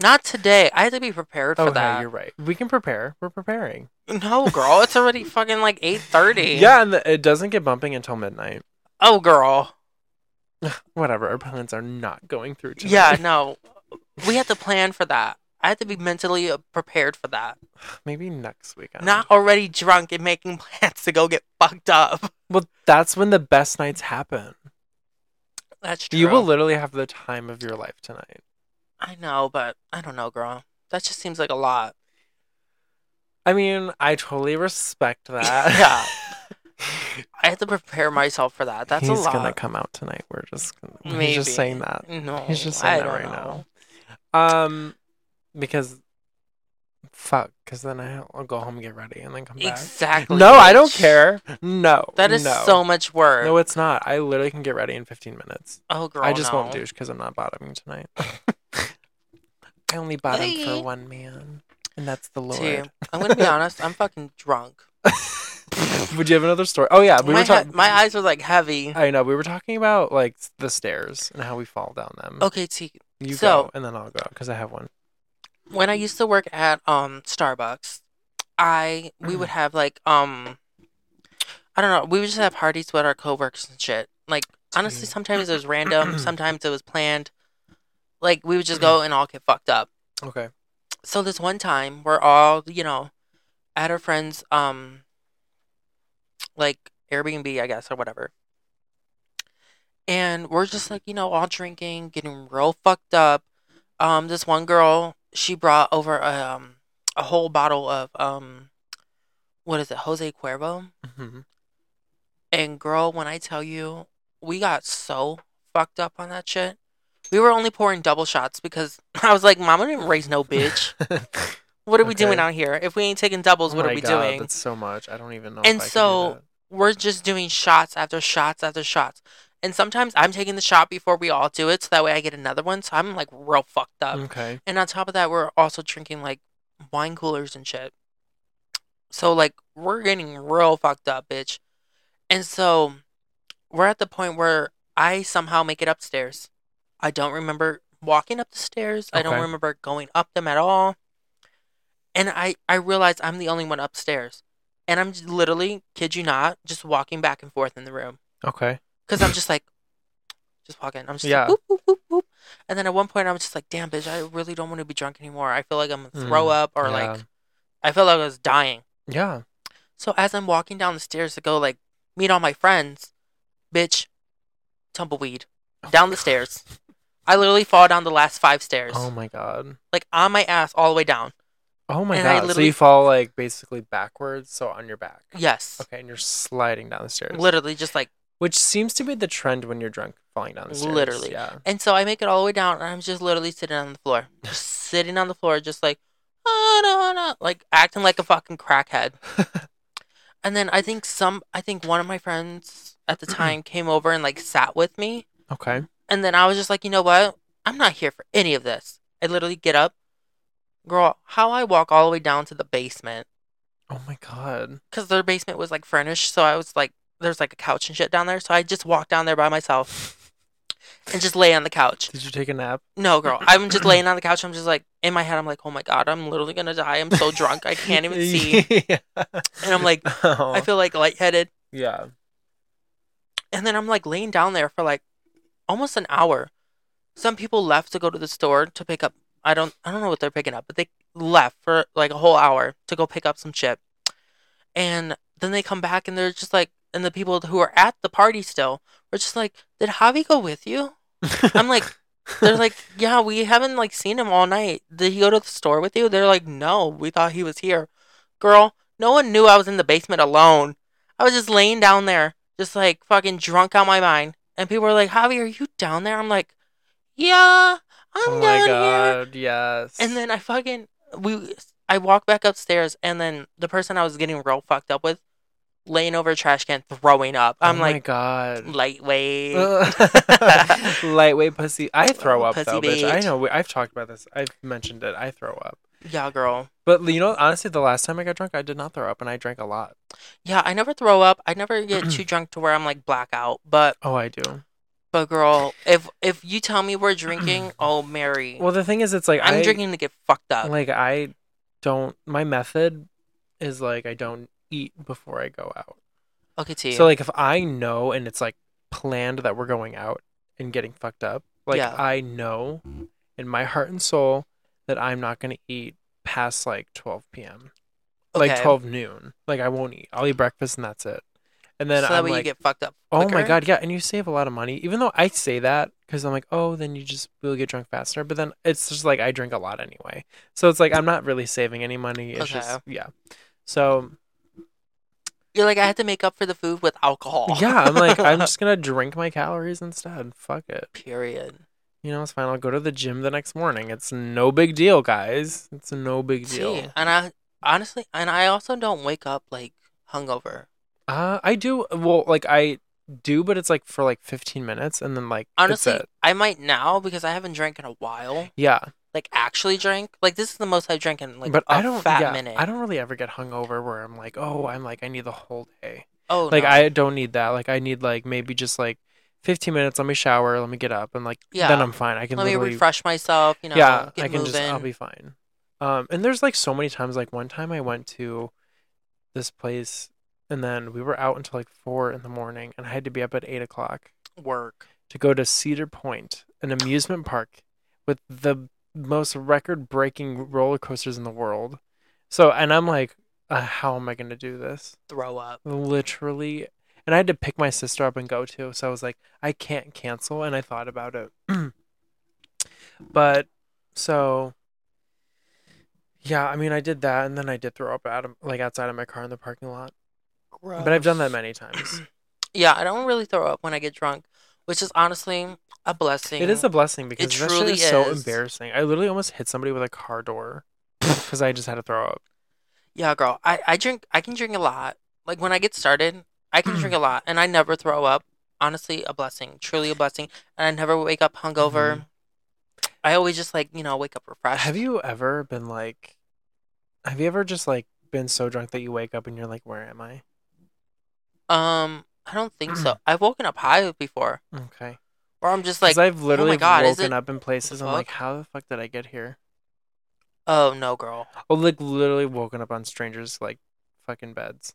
[SPEAKER 2] Not today. I have to be prepared for
[SPEAKER 1] Oh, hey,
[SPEAKER 2] that.
[SPEAKER 1] you're right. We can prepare. We're preparing.
[SPEAKER 2] No, girl, it's already fucking like eight thirty.
[SPEAKER 1] Yeah, and the, it doesn't get bumping until midnight.
[SPEAKER 2] Oh, girl.
[SPEAKER 1] Whatever. Our plans are not going through. Tonight.
[SPEAKER 2] Yeah, no. We have to plan for that. I have to be mentally uh, prepared for that.
[SPEAKER 1] Maybe next weekend.
[SPEAKER 2] Not already drunk and making plans to go get fucked up.
[SPEAKER 1] Well, that's when the best nights happen.
[SPEAKER 2] That's true.
[SPEAKER 1] You will literally have the time of your life tonight.
[SPEAKER 2] I know, but I don't know, girl. That just seems like a lot.
[SPEAKER 1] I mean, I totally respect
[SPEAKER 2] yeah,
[SPEAKER 1] that.
[SPEAKER 2] I have to prepare myself for that. That's
[SPEAKER 1] he's
[SPEAKER 2] a lot.
[SPEAKER 1] gonna come out tonight. We're just gonna,
[SPEAKER 2] Maybe.
[SPEAKER 1] he's just saying that.
[SPEAKER 2] No,
[SPEAKER 1] He's just
[SPEAKER 2] I
[SPEAKER 1] saying that
[SPEAKER 2] don't
[SPEAKER 1] right
[SPEAKER 2] know.
[SPEAKER 1] now. Um, because fuck, because then I- I'll go home and get ready and then come back.
[SPEAKER 2] Exactly.
[SPEAKER 1] No, I don't
[SPEAKER 2] bitch.
[SPEAKER 1] care. No,
[SPEAKER 2] That is
[SPEAKER 1] no.
[SPEAKER 2] so much work.
[SPEAKER 1] No, it's not. I literally can get ready in 15 minutes.
[SPEAKER 2] oh, girl,
[SPEAKER 1] I just
[SPEAKER 2] no.
[SPEAKER 1] won't douche because I'm not bottoming tonight. I only bottom
[SPEAKER 2] Hey.
[SPEAKER 1] for one man, and that's the Lord.
[SPEAKER 2] Too. I'm gonna be honest. I'm fucking drunk.
[SPEAKER 1] Would you have another story? Oh yeah, we
[SPEAKER 2] my,
[SPEAKER 1] were talking.
[SPEAKER 2] he- my eyes are like heavy.
[SPEAKER 1] I know we were talking about like s- the stairs and how we fall down them.
[SPEAKER 2] Okay, T.
[SPEAKER 1] you
[SPEAKER 2] so-
[SPEAKER 1] go, and then I'll go because I have one.
[SPEAKER 2] When I used to work at um Starbucks, I we would
[SPEAKER 1] Mm.
[SPEAKER 2] have like um, I don't know. We would just have parties with our coworkers and shit. Like honestly,
[SPEAKER 1] Dude.
[SPEAKER 2] sometimes it was random. sometimes it was planned. Like we would just
[SPEAKER 1] Mm.
[SPEAKER 2] go and all get fucked up.
[SPEAKER 1] Okay.
[SPEAKER 2] so this one time we're all you know at our friend's um like airbnb i guess or whatever and we're just like you know all drinking getting real fucked up um this one girl she brought over um a
[SPEAKER 1] Mm-hmm.
[SPEAKER 2] whole bottle of um what is it jose cuervo
[SPEAKER 1] hmm
[SPEAKER 2] And girl, when I tell you, we got so fucked up on that shit. We were only pouring double shots because I was like, Mama didn't raise no bitch. What are we
[SPEAKER 1] Okay.
[SPEAKER 2] doing out here? If we ain't taking doubles,
[SPEAKER 1] Oh
[SPEAKER 2] what
[SPEAKER 1] my
[SPEAKER 2] are we
[SPEAKER 1] God,
[SPEAKER 2] doing?
[SPEAKER 1] That's so much. I don't even know. if
[SPEAKER 2] And
[SPEAKER 1] I could do
[SPEAKER 2] so-
[SPEAKER 1] that.
[SPEAKER 2] We're just doing shots after shots after shots. And sometimes I'm taking the shot before we all do it, so that way I get another one. So I'm like real fucked up.
[SPEAKER 1] okay,
[SPEAKER 2] And on top of that, we're also drinking like wine coolers and shit. So like we're getting real fucked up, bitch. And so we're at the point where I somehow make it upstairs. I don't remember walking up the stairs. I don't
[SPEAKER 1] Okay.
[SPEAKER 2] remember going up them at all. And I I realize I'm the only one upstairs. And I'm j- literally, kid you not, just walking back and forth in the room
[SPEAKER 1] okay.
[SPEAKER 2] because I'm just like, just walking. I'm just
[SPEAKER 1] Yeah.
[SPEAKER 2] like, boop, boop, boop, boop. And then at one point, I'm just like, damn, bitch, I really don't want to be drunk anymore. I feel like I'm gonna throw
[SPEAKER 1] Mm,
[SPEAKER 2] up or
[SPEAKER 1] yeah.
[SPEAKER 2] like, I feel like I was dying.
[SPEAKER 1] Yeah.
[SPEAKER 2] So as I'm walking down the stairs to go like meet all my friends, bitch, tumbleweed
[SPEAKER 1] Oh
[SPEAKER 2] down the stairs. I literally fall down the last five stairs,
[SPEAKER 1] Oh my god.
[SPEAKER 2] like on my ass all the way down.
[SPEAKER 1] Oh my
[SPEAKER 2] And I
[SPEAKER 1] god. So
[SPEAKER 2] literally-
[SPEAKER 1] you fall like basically backwards, so on your back.
[SPEAKER 2] Yes,
[SPEAKER 1] Okay, and you're sliding down the stairs.
[SPEAKER 2] literally just like.
[SPEAKER 1] Which seems to be the trend when you're drunk, falling down the stairs.
[SPEAKER 2] Literally.
[SPEAKER 1] Yeah.
[SPEAKER 2] And so I make it all the way down, and I'm just literally sitting on the floor, just sitting on the floor, just like, "Ah, nah, nah," like acting like a fucking crackhead. and then I think some, I think one of my friends at the time came over and like sat with me,
[SPEAKER 1] Okay.
[SPEAKER 2] and then I was just like, you know what? I'm not here for any of this. I literally get up, girl. How I walk all the way down to the basement
[SPEAKER 1] Oh my god.
[SPEAKER 2] because their basement was like furnished, so I was like, there's like a couch and shit down there, so I just walked down there by myself and just lay on the couch.
[SPEAKER 1] Did you take a nap?
[SPEAKER 2] No, girl. I'm just laying on the couch. I'm just like in my head. I'm like, oh my god, I'm literally gonna die. I'm so drunk. I can't even see.
[SPEAKER 1] yeah.
[SPEAKER 2] And I'm like,
[SPEAKER 1] Oh,
[SPEAKER 2] I feel like lightheaded.
[SPEAKER 1] yeah.
[SPEAKER 2] And then I'm like laying down there for like almost an hour. Some people left to go to the store to pick up. I don't. I don't know what they're picking up, but they left for like a whole hour to go pick up some shit. And then they come back and they're just like, and the people who are at the party still were just like, did Javi go with you? I'm like, they're like, yeah, we haven't like seen him all night. Did he go to the store with you? They're like, no, we thought he was here. Girl, no one knew I was in the basement alone. I was just laying down there, just like fucking drunk out my mind. And people were like, Javi, are you down there? I'm like, yeah, I'm
[SPEAKER 1] oh my
[SPEAKER 2] down here.
[SPEAKER 1] god. Yes.
[SPEAKER 2] And then I fucking we I walked back upstairs, and then the person I was getting real fucked up with, laying over a trash can, throwing up. I'm
[SPEAKER 1] oh my
[SPEAKER 2] like,
[SPEAKER 1] god.
[SPEAKER 2] lightweight.
[SPEAKER 1] Ugh. Lightweight pussy. I throw up
[SPEAKER 2] Pussy
[SPEAKER 1] though, bitch. I
[SPEAKER 2] bitch.
[SPEAKER 1] know. we- I've talked about this. I've mentioned it. I throw up.
[SPEAKER 2] yeah, girl.
[SPEAKER 1] But you know, honestly, the last time I got drunk, I did not throw up, and I drank a lot.
[SPEAKER 2] Yeah, I never throw up. I never get too drunk to where I'm like blackout. But
[SPEAKER 1] Oh, I do.
[SPEAKER 2] but girl, if if you tell me we're drinking, oh Mary,
[SPEAKER 1] Well, the thing is, it's like
[SPEAKER 2] I'm
[SPEAKER 1] I-
[SPEAKER 2] drinking to get fucked up.
[SPEAKER 1] Like I don't. My method is like I don't eat before I go out.
[SPEAKER 2] okay, T.
[SPEAKER 1] So like if I know and it's like planned that we're going out and getting fucked up, like
[SPEAKER 2] Yeah.
[SPEAKER 1] I know in my heart and soul that I'm not gonna eat past like 12 p.m. Like
[SPEAKER 2] Okay.
[SPEAKER 1] 12 noon. Like I won't eat. I'll eat breakfast and that's it. And then
[SPEAKER 2] so that
[SPEAKER 1] I'm
[SPEAKER 2] way
[SPEAKER 1] like,
[SPEAKER 2] you get fucked up.
[SPEAKER 1] oh my
[SPEAKER 2] quicker.
[SPEAKER 1] god, yeah. And you save a lot of money, even though I say that because I'm like, oh, then you just will get drunk faster. But then it's just like I drink a lot anyway, so it's like I'm not really saving any money. It's just yeah. So
[SPEAKER 2] You're like I had to make up for the food with alcohol.
[SPEAKER 1] yeah, I'm like, I'm just gonna drink my calories instead. Fuck it.
[SPEAKER 2] period.
[SPEAKER 1] You know, it's fine. I'll go to the gym the next morning. It's no big deal, guys. It's no big
[SPEAKER 2] See,
[SPEAKER 1] deal.
[SPEAKER 2] and I honestly, and I also don't wake up like hungover.
[SPEAKER 1] Uh, I do well, like I do, but it's like for like 15 minutes, and then like that's
[SPEAKER 2] Honestly,
[SPEAKER 1] it.
[SPEAKER 2] I might now because I haven't drank in a while.
[SPEAKER 1] yeah.
[SPEAKER 2] Like actually drank. Like this is the most I've drank in like
[SPEAKER 1] but
[SPEAKER 2] a
[SPEAKER 1] I don't.
[SPEAKER 2] fat
[SPEAKER 1] yeah,
[SPEAKER 2] minute.
[SPEAKER 1] I don't really ever get hungover where I'm like, oh, I'm like, I need the whole day.
[SPEAKER 2] Oh,
[SPEAKER 1] Like
[SPEAKER 2] no.
[SPEAKER 1] I don't need that. Like I need like maybe just like 15 minutes. Let me shower. Let me get up, and like then
[SPEAKER 2] Yeah.
[SPEAKER 1] I'm fine. I can
[SPEAKER 2] let me
[SPEAKER 1] literally
[SPEAKER 2] refresh myself. You know,
[SPEAKER 1] yeah,
[SPEAKER 2] get
[SPEAKER 1] I can
[SPEAKER 2] moving.
[SPEAKER 1] just I'll be fine. Um, and there's like so many times. Like one time I went to this place, and then we were out until like four in the morning, and I had to be up at eight o'clock
[SPEAKER 2] work.
[SPEAKER 1] to go to Cedar Point, an amusement park with the most record-breaking roller coasters in the world. So, and I'm like, uh, how am I going to do this?
[SPEAKER 2] throw up.
[SPEAKER 1] literally and i had to pick my sister up and go too so i was like i can't cancel and i thought about it but so yeah i mean i did that and then i did throw up out of, like outside of my car in the parking lot but i've done that many times
[SPEAKER 2] Yeah, I don't really throw up when I get drunk, which is honestly a blessing.
[SPEAKER 1] It is a blessing because that shit
[SPEAKER 2] truly
[SPEAKER 1] is, so
[SPEAKER 2] is.
[SPEAKER 1] embarrassing. I literally almost hit somebody with a car door because I just had to throw up.
[SPEAKER 2] Yeah, girl. I, I drink I can drink a lot. Like when I get started, I can drink a lot and I never throw up. Honestly, a blessing. Truly a blessing. And I never wake up hungover. I always just like, you know, wake up refreshed.
[SPEAKER 1] Mm-hmm. Have you ever been like, have you ever just like been so drunk that you wake up and you're like, where am I?
[SPEAKER 2] Um, I don't think so. I've woken up high before.
[SPEAKER 1] Okay.
[SPEAKER 2] Or I'm just like, oh
[SPEAKER 1] Because I've literally
[SPEAKER 2] God, is
[SPEAKER 1] woken
[SPEAKER 2] it-
[SPEAKER 1] up in places. I'm like,
[SPEAKER 2] fuck?
[SPEAKER 1] how the fuck did I get here?
[SPEAKER 2] oh no, girl.
[SPEAKER 1] Oh, like literally woken up on strangers like fucking beds.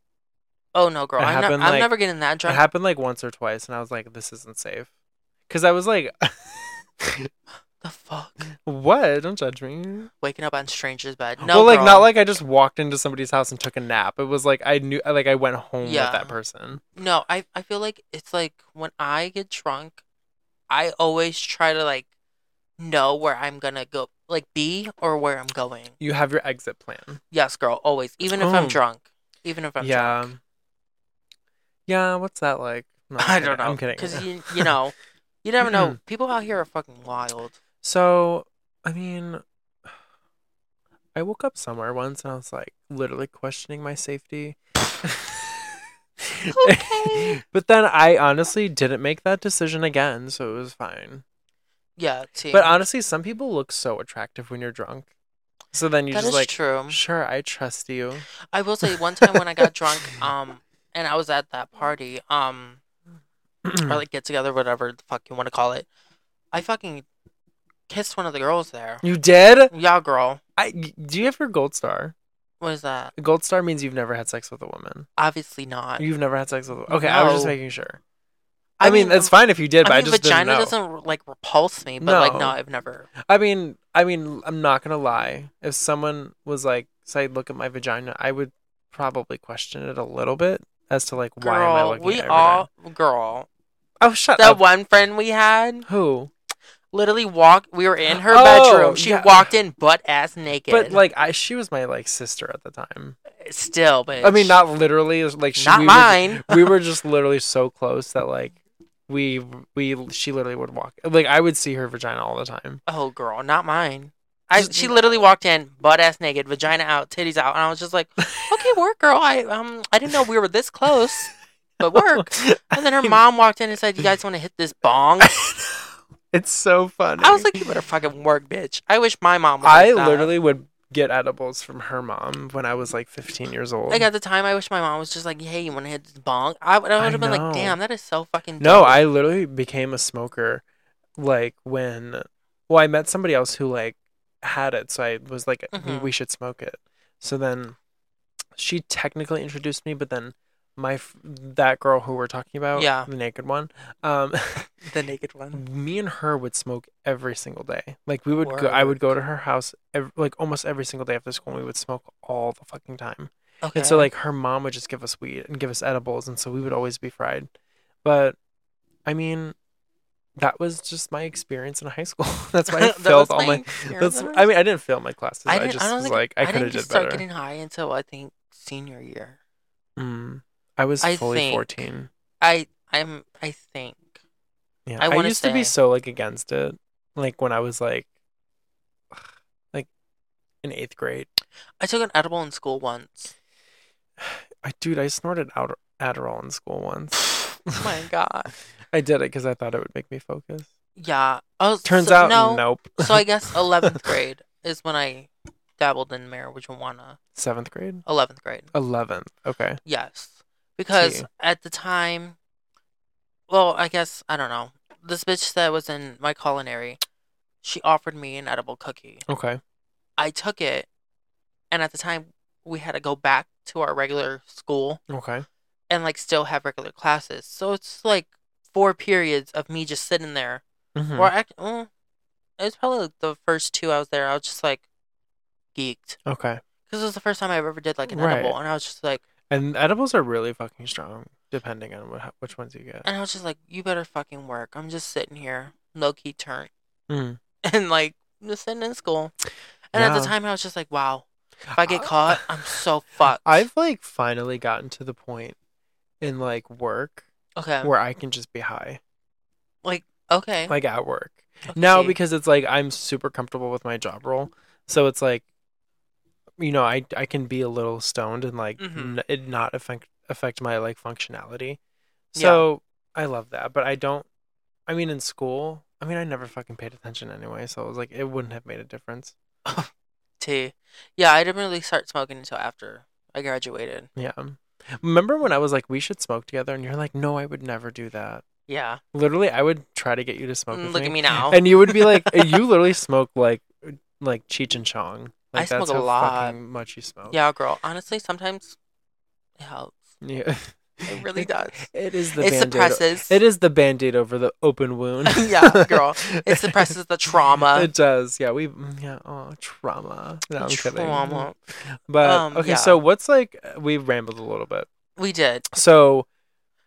[SPEAKER 2] Oh no, girl.
[SPEAKER 1] It
[SPEAKER 2] I'm, ne-
[SPEAKER 1] happened,
[SPEAKER 2] I'm
[SPEAKER 1] like-
[SPEAKER 2] never getting that
[SPEAKER 1] It
[SPEAKER 2] drunk.
[SPEAKER 1] happened like once or twice, and I was like, this isn't safe. Because I was like,
[SPEAKER 2] the fuck?
[SPEAKER 1] what? Don't judge me.
[SPEAKER 2] Waking up on strangers' bed. No,
[SPEAKER 1] well, like
[SPEAKER 2] girl.
[SPEAKER 1] not like I just walked into somebody's house and took a nap. It was like I knew, like I went home
[SPEAKER 2] Yeah.
[SPEAKER 1] with that person.
[SPEAKER 2] No, I I feel like it's like when I get drunk, I always try to like know where I'm gonna go, like be or where I'm going.
[SPEAKER 1] You have your exit plan.
[SPEAKER 2] Yes, girl, always. Even if I'm
[SPEAKER 1] Oh.
[SPEAKER 2] drunk, even if I'm
[SPEAKER 1] yeah.
[SPEAKER 2] drunk.
[SPEAKER 1] Yeah. What's that like? No, I'm
[SPEAKER 2] I
[SPEAKER 1] kidding.
[SPEAKER 2] don't know,
[SPEAKER 1] I'm kidding.
[SPEAKER 2] because you you know, you never know. People out here are fucking wild.
[SPEAKER 1] So, I mean, I woke up somewhere once and I was like literally questioning my safety.
[SPEAKER 2] Okay.
[SPEAKER 1] But then I honestly didn't make that decision again, so it was fine.
[SPEAKER 2] Yeah, too.
[SPEAKER 1] But honestly, some people look so attractive when you're drunk. So then you
[SPEAKER 2] That
[SPEAKER 1] just
[SPEAKER 2] is
[SPEAKER 1] like,
[SPEAKER 2] true.
[SPEAKER 1] sure, I trust you.
[SPEAKER 2] I will say one time when I got drunk, um, and I was at that party, um,
[SPEAKER 1] Hmm.
[SPEAKER 2] or like get together, whatever the fuck you want to call it. I fucking kissed one of the girls there.
[SPEAKER 1] you did?
[SPEAKER 2] Yeah, girl.
[SPEAKER 1] I, do you have your gold star?
[SPEAKER 2] What is that?
[SPEAKER 1] A gold star means you've never had sex with a woman.
[SPEAKER 2] Obviously not.
[SPEAKER 1] You've never had sex with a Okay, I was just
[SPEAKER 2] Uh, No.
[SPEAKER 1] making sure. I, mean, it's fine if you did,
[SPEAKER 2] I
[SPEAKER 1] but I
[SPEAKER 2] mean,
[SPEAKER 1] just
[SPEAKER 2] vagina
[SPEAKER 1] didn't know.
[SPEAKER 2] doesn't like repulse me, but like,
[SPEAKER 1] No.
[SPEAKER 2] no, I've never.
[SPEAKER 1] I mean, I mean, I'm not gonna lie. If someone was like, say, look at my vagina, I would probably question it a little bit as to like why am I
[SPEAKER 2] Girl,
[SPEAKER 1] looking
[SPEAKER 2] we
[SPEAKER 1] at your
[SPEAKER 2] all girl.
[SPEAKER 1] vagina? Oh, shut
[SPEAKER 2] That
[SPEAKER 1] up.
[SPEAKER 2] one friend we had
[SPEAKER 1] Who?
[SPEAKER 2] literally walked. We were in her
[SPEAKER 1] Oh,
[SPEAKER 2] bedroom. She
[SPEAKER 1] yeah.
[SPEAKER 2] walked in butt ass naked.
[SPEAKER 1] But like, I she was my like sister at the time.
[SPEAKER 2] still, bitch.
[SPEAKER 1] I mean, not literally. it was, Like, she,
[SPEAKER 2] not
[SPEAKER 1] we
[SPEAKER 2] mine.
[SPEAKER 1] Were, we were just literally so close that like we we she literally would walk like I would see her vagina all the time.
[SPEAKER 2] Oh, girl, not mine. I
[SPEAKER 1] Just-
[SPEAKER 2] she literally walked in, butt ass naked, vagina out, titties out, and I was just like, "Okay, work, girl. I um, I didn't know we were this close,
[SPEAKER 1] Oh,
[SPEAKER 2] but work." And then her mom walked in and said, "You guys want to hit this bong?"
[SPEAKER 1] It's so funny.
[SPEAKER 2] I was like, "You better fucking work, bitch." I wish my mom. Was
[SPEAKER 1] I
[SPEAKER 2] like that.
[SPEAKER 1] literally would get edibles from her mom when I was like 15 years old.
[SPEAKER 2] like at the time. I wish my mom was just like, "Hey, you want to hit this bong?" I would
[SPEAKER 1] I
[SPEAKER 2] have been
[SPEAKER 1] know.
[SPEAKER 2] like, "Damn, that is so fucking."
[SPEAKER 1] No,
[SPEAKER 2] dumb."
[SPEAKER 1] I literally became a smoker like when well I met somebody else who like had it, so I was like "We-
[SPEAKER 2] Mhm.
[SPEAKER 1] we should smoke it. So then she technically introduced me, but then my f- that girl who we're talking about,
[SPEAKER 2] Yeah.
[SPEAKER 1] the naked one, um
[SPEAKER 2] the naked one.
[SPEAKER 1] me and her would smoke every single day. Like we would go I would go to her house ev like almost every single day after school and we would smoke all the fucking time.
[SPEAKER 2] Okay.
[SPEAKER 1] And so like her mom would just give us weed and give us edibles and so we would always be fried. But I mean that was just my experience in high school. that's why I
[SPEAKER 2] That was
[SPEAKER 1] failed all my
[SPEAKER 2] experience
[SPEAKER 1] that's
[SPEAKER 2] in high
[SPEAKER 1] I mean I didn't fail my classes.
[SPEAKER 2] I
[SPEAKER 1] I,
[SPEAKER 2] didn't- I
[SPEAKER 1] just
[SPEAKER 2] don't
[SPEAKER 1] was
[SPEAKER 2] think-
[SPEAKER 1] like I,
[SPEAKER 2] I
[SPEAKER 1] could have
[SPEAKER 2] didn't
[SPEAKER 1] did
[SPEAKER 2] just start
[SPEAKER 1] better.
[SPEAKER 2] getting high until I think senior year.
[SPEAKER 1] Mm. I was
[SPEAKER 2] I
[SPEAKER 1] fully
[SPEAKER 2] think-
[SPEAKER 1] 14.
[SPEAKER 2] I I'm I think.
[SPEAKER 1] Yeah.
[SPEAKER 2] I
[SPEAKER 1] I,
[SPEAKER 2] wanna
[SPEAKER 1] used to be
[SPEAKER 2] say-
[SPEAKER 1] so like against it. Like when I was like like in 8th grade.
[SPEAKER 2] I took an edible in school once.
[SPEAKER 1] I dude, I snorted Adder- Adderall in school once.
[SPEAKER 2] Oh my god.
[SPEAKER 1] I did it cuz I thought it would make me focus.
[SPEAKER 2] Yeah. Oh,
[SPEAKER 1] Turns
[SPEAKER 2] so,
[SPEAKER 1] out
[SPEAKER 2] no.
[SPEAKER 1] nope.
[SPEAKER 2] so I guess eleventh grade is when I dabbled in marijuana.
[SPEAKER 1] 7th grade?
[SPEAKER 2] Eleventh grade.
[SPEAKER 1] 11th. Okay.
[SPEAKER 2] Yes. Because
[SPEAKER 1] Tea.
[SPEAKER 2] at the time well, I guess I don't know. This bitch that was in my culinary, she offered me an edible cookie.
[SPEAKER 1] Okay.
[SPEAKER 2] I took it and at the time we had to go back to our regular school
[SPEAKER 1] Okay.
[SPEAKER 2] and like still have regular classes. So it's like four periods of me just sitting there.
[SPEAKER 1] Mhm.
[SPEAKER 2] Or act- mm, it was probably like, the first two I was there. I was just like geeked
[SPEAKER 1] Okay.
[SPEAKER 2] because it was the first time I ever did like an
[SPEAKER 1] Right.
[SPEAKER 2] edible, and I was just like,
[SPEAKER 1] And edibles are really fucking strong depending on what which ones you get.
[SPEAKER 2] and I was just like, you better fucking work. I'm just sitting here, low key turn,
[SPEAKER 1] Mm.
[SPEAKER 2] and like just sitting in school. And at the
[SPEAKER 1] Yeah.
[SPEAKER 2] time, I was just like, wow, if I get
[SPEAKER 1] I-
[SPEAKER 2] caught, I'm so fucked.
[SPEAKER 1] I've like finally gotten to the point in like work
[SPEAKER 2] Okay.
[SPEAKER 1] where I can just be high,
[SPEAKER 2] Okay.
[SPEAKER 1] like at work.
[SPEAKER 2] okay.
[SPEAKER 1] Now because it's like I'm super comfortable with my job role, so it's like, you know, I I can be a little stoned and like
[SPEAKER 2] Mhm.
[SPEAKER 1] n- it not affect affect my like functionality.
[SPEAKER 2] Yeah.
[SPEAKER 1] So I love that, but I don't. I mean, in school, I mean, I never fucking paid attention anyway, so it was like it wouldn't have made a difference.
[SPEAKER 2] tea. Yeah, I didn't really start smoking until after I graduated.
[SPEAKER 1] Yeah. Remember when I was like, we should smoke together, and you're like, no, I would never do that.
[SPEAKER 2] Yeah.
[SPEAKER 1] Literally, I would try to get you to smoke.
[SPEAKER 2] Mm,
[SPEAKER 1] with
[SPEAKER 2] Look
[SPEAKER 1] me.
[SPEAKER 2] at me now.
[SPEAKER 1] and you would be like, you literally smoke like like Cheech and Chong.
[SPEAKER 2] I
[SPEAKER 1] Like,
[SPEAKER 2] smoke
[SPEAKER 1] that's
[SPEAKER 2] a
[SPEAKER 1] how
[SPEAKER 2] lot.
[SPEAKER 1] fucking much you smoke.
[SPEAKER 2] yeah, girl. Honestly, sometimes it helps.
[SPEAKER 1] yeah.
[SPEAKER 2] It really does.
[SPEAKER 1] It is the
[SPEAKER 2] It
[SPEAKER 1] band-aid.
[SPEAKER 2] suppresses.
[SPEAKER 1] It is the band-aid over the open wound.
[SPEAKER 2] Yeah, girl. It suppresses the trauma.
[SPEAKER 1] It does. Yeah, we mm, yeah, oh, trauma. No, I'm kidding.
[SPEAKER 2] trauma.
[SPEAKER 1] But
[SPEAKER 2] Um,
[SPEAKER 1] okay,
[SPEAKER 2] yeah.
[SPEAKER 1] so what's like we rambled a little bit.
[SPEAKER 2] We did.
[SPEAKER 1] So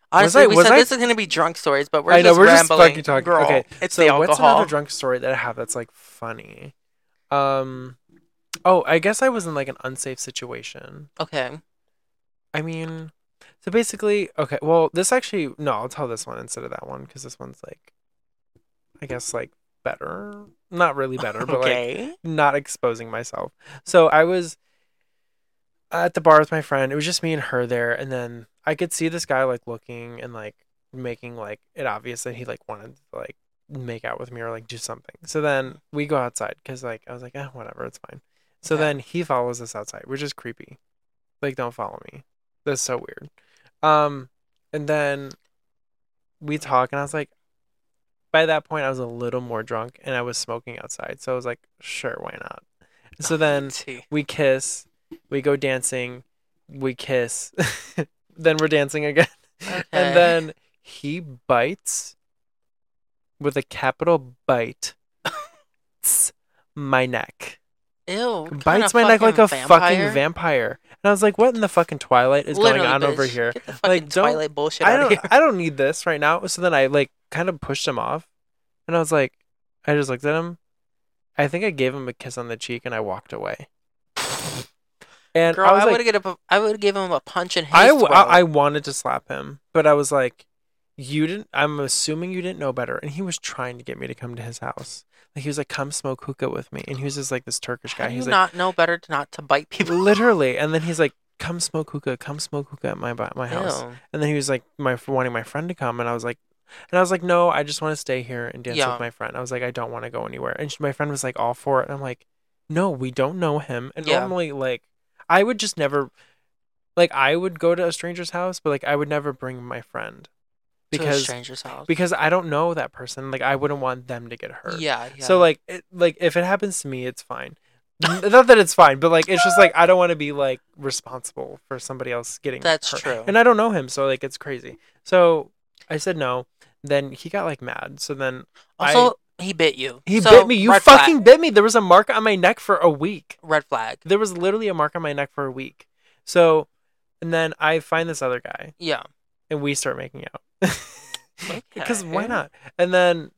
[SPEAKER 1] Was
[SPEAKER 2] Honestly,
[SPEAKER 1] I-
[SPEAKER 2] we
[SPEAKER 1] was
[SPEAKER 2] said
[SPEAKER 1] I-
[SPEAKER 2] this is gonna be drunk stories, but we're
[SPEAKER 1] I know
[SPEAKER 2] just
[SPEAKER 1] we're
[SPEAKER 2] rambling.
[SPEAKER 1] just fucking talking.
[SPEAKER 2] Girl,
[SPEAKER 1] okay,
[SPEAKER 2] it's
[SPEAKER 1] so
[SPEAKER 2] the
[SPEAKER 1] what's
[SPEAKER 2] alcohol.
[SPEAKER 1] another drunk story that I have that's like funny? Um, oh, I guess I was in like an unsafe situation.
[SPEAKER 2] okay.
[SPEAKER 1] I mean, so basically, okay. Well, this actually no, I'll tell this one instead of that one because this one's like, I guess like better. Not really better, but like
[SPEAKER 2] okay.
[SPEAKER 1] not exposing myself. So I was at the bar with my friend. It was just me and her there, and then I could see this guy like looking and like making like it obvious that he like wanted to like make out with me or like do something. So then we go outside because like I was like, eh, whatever, it's fine. So
[SPEAKER 2] Okay.
[SPEAKER 1] then he follows us outside, which is creepy. Like, don't follow me. That's so weird. Um, and then we talk, and I was like, by that point, I was a little more drunk, and I was smoking outside, so I was like, sure, why not? So then
[SPEAKER 2] Tea.
[SPEAKER 1] we kiss, we go dancing, we kiss, then we're dancing again,
[SPEAKER 2] Okay.
[SPEAKER 1] and then he bites with a capital bite tss, my neck
[SPEAKER 2] Ew. what kind
[SPEAKER 1] bites
[SPEAKER 2] of
[SPEAKER 1] my neck like a fucking
[SPEAKER 2] vampire?
[SPEAKER 1] vampire. And I was like, what in the fucking twilight is
[SPEAKER 2] Literally,
[SPEAKER 1] going on over
[SPEAKER 2] bitch.
[SPEAKER 1] here?
[SPEAKER 2] Get the fucking
[SPEAKER 1] Like, don't-
[SPEAKER 2] Twilight bullshit
[SPEAKER 1] I
[SPEAKER 2] out of
[SPEAKER 1] don't
[SPEAKER 2] here.
[SPEAKER 1] I don't need this right now. So then I like kind of pushed him off. And I was like I just looked at him. I think I gave him a kiss on the cheek and I walked away. And
[SPEAKER 2] Girl,
[SPEAKER 1] I
[SPEAKER 2] I,
[SPEAKER 1] was
[SPEAKER 2] would
[SPEAKER 1] like
[SPEAKER 2] have give a, I would give him a punch in his
[SPEAKER 1] I, w-
[SPEAKER 2] throat.
[SPEAKER 1] I I wanted to slap him, but I was like you didn't I'm assuming you didn't know better and he was trying to get me to come to his house. Like he was like come smoke hookah with me and he was just like this Turkish
[SPEAKER 2] How
[SPEAKER 1] guy.
[SPEAKER 2] do you
[SPEAKER 1] He's like
[SPEAKER 2] not know better to not to bite people?
[SPEAKER 1] literally and then he's like come smoke hookah come smoke hookah at my bu- my house
[SPEAKER 2] Ew.
[SPEAKER 1] and then he was like my f- wanting my friend to come and i was like and i was like no i just want to stay here and dance
[SPEAKER 2] Yeah.
[SPEAKER 1] with my friend i was like i don't want to go anywhere and she, my friend was like all for it and i'm like no we don't know him and
[SPEAKER 2] Yeah.
[SPEAKER 1] normally like i would just never like i would go to a stranger's house but like i would never bring my friend
[SPEAKER 2] to a
[SPEAKER 1] because
[SPEAKER 2] stranger's house.
[SPEAKER 1] because i don't know that person like i wouldn't want them to get hurt
[SPEAKER 2] yeah, yeah.
[SPEAKER 1] so like, it, like if it happens to me, it's fine. N- Not that it's fine, but like it's just like I don't want to be like responsible for somebody else getting.
[SPEAKER 2] That's
[SPEAKER 1] hurt.
[SPEAKER 2] true.
[SPEAKER 1] And I don't know him, so like it's crazy. So I said no. Then he got like mad. So then
[SPEAKER 2] also he bit you.
[SPEAKER 1] he
[SPEAKER 2] So,
[SPEAKER 1] bit me. You
[SPEAKER 2] red
[SPEAKER 1] fucking
[SPEAKER 2] flag.
[SPEAKER 1] bit me. There was a mark on my neck for a week.
[SPEAKER 2] red flag.
[SPEAKER 1] There was literally a mark on my neck for a week. So, and then I find this other guy,
[SPEAKER 2] Yeah.
[SPEAKER 1] and we start making out. Because why
[SPEAKER 2] Okay.
[SPEAKER 1] not? And then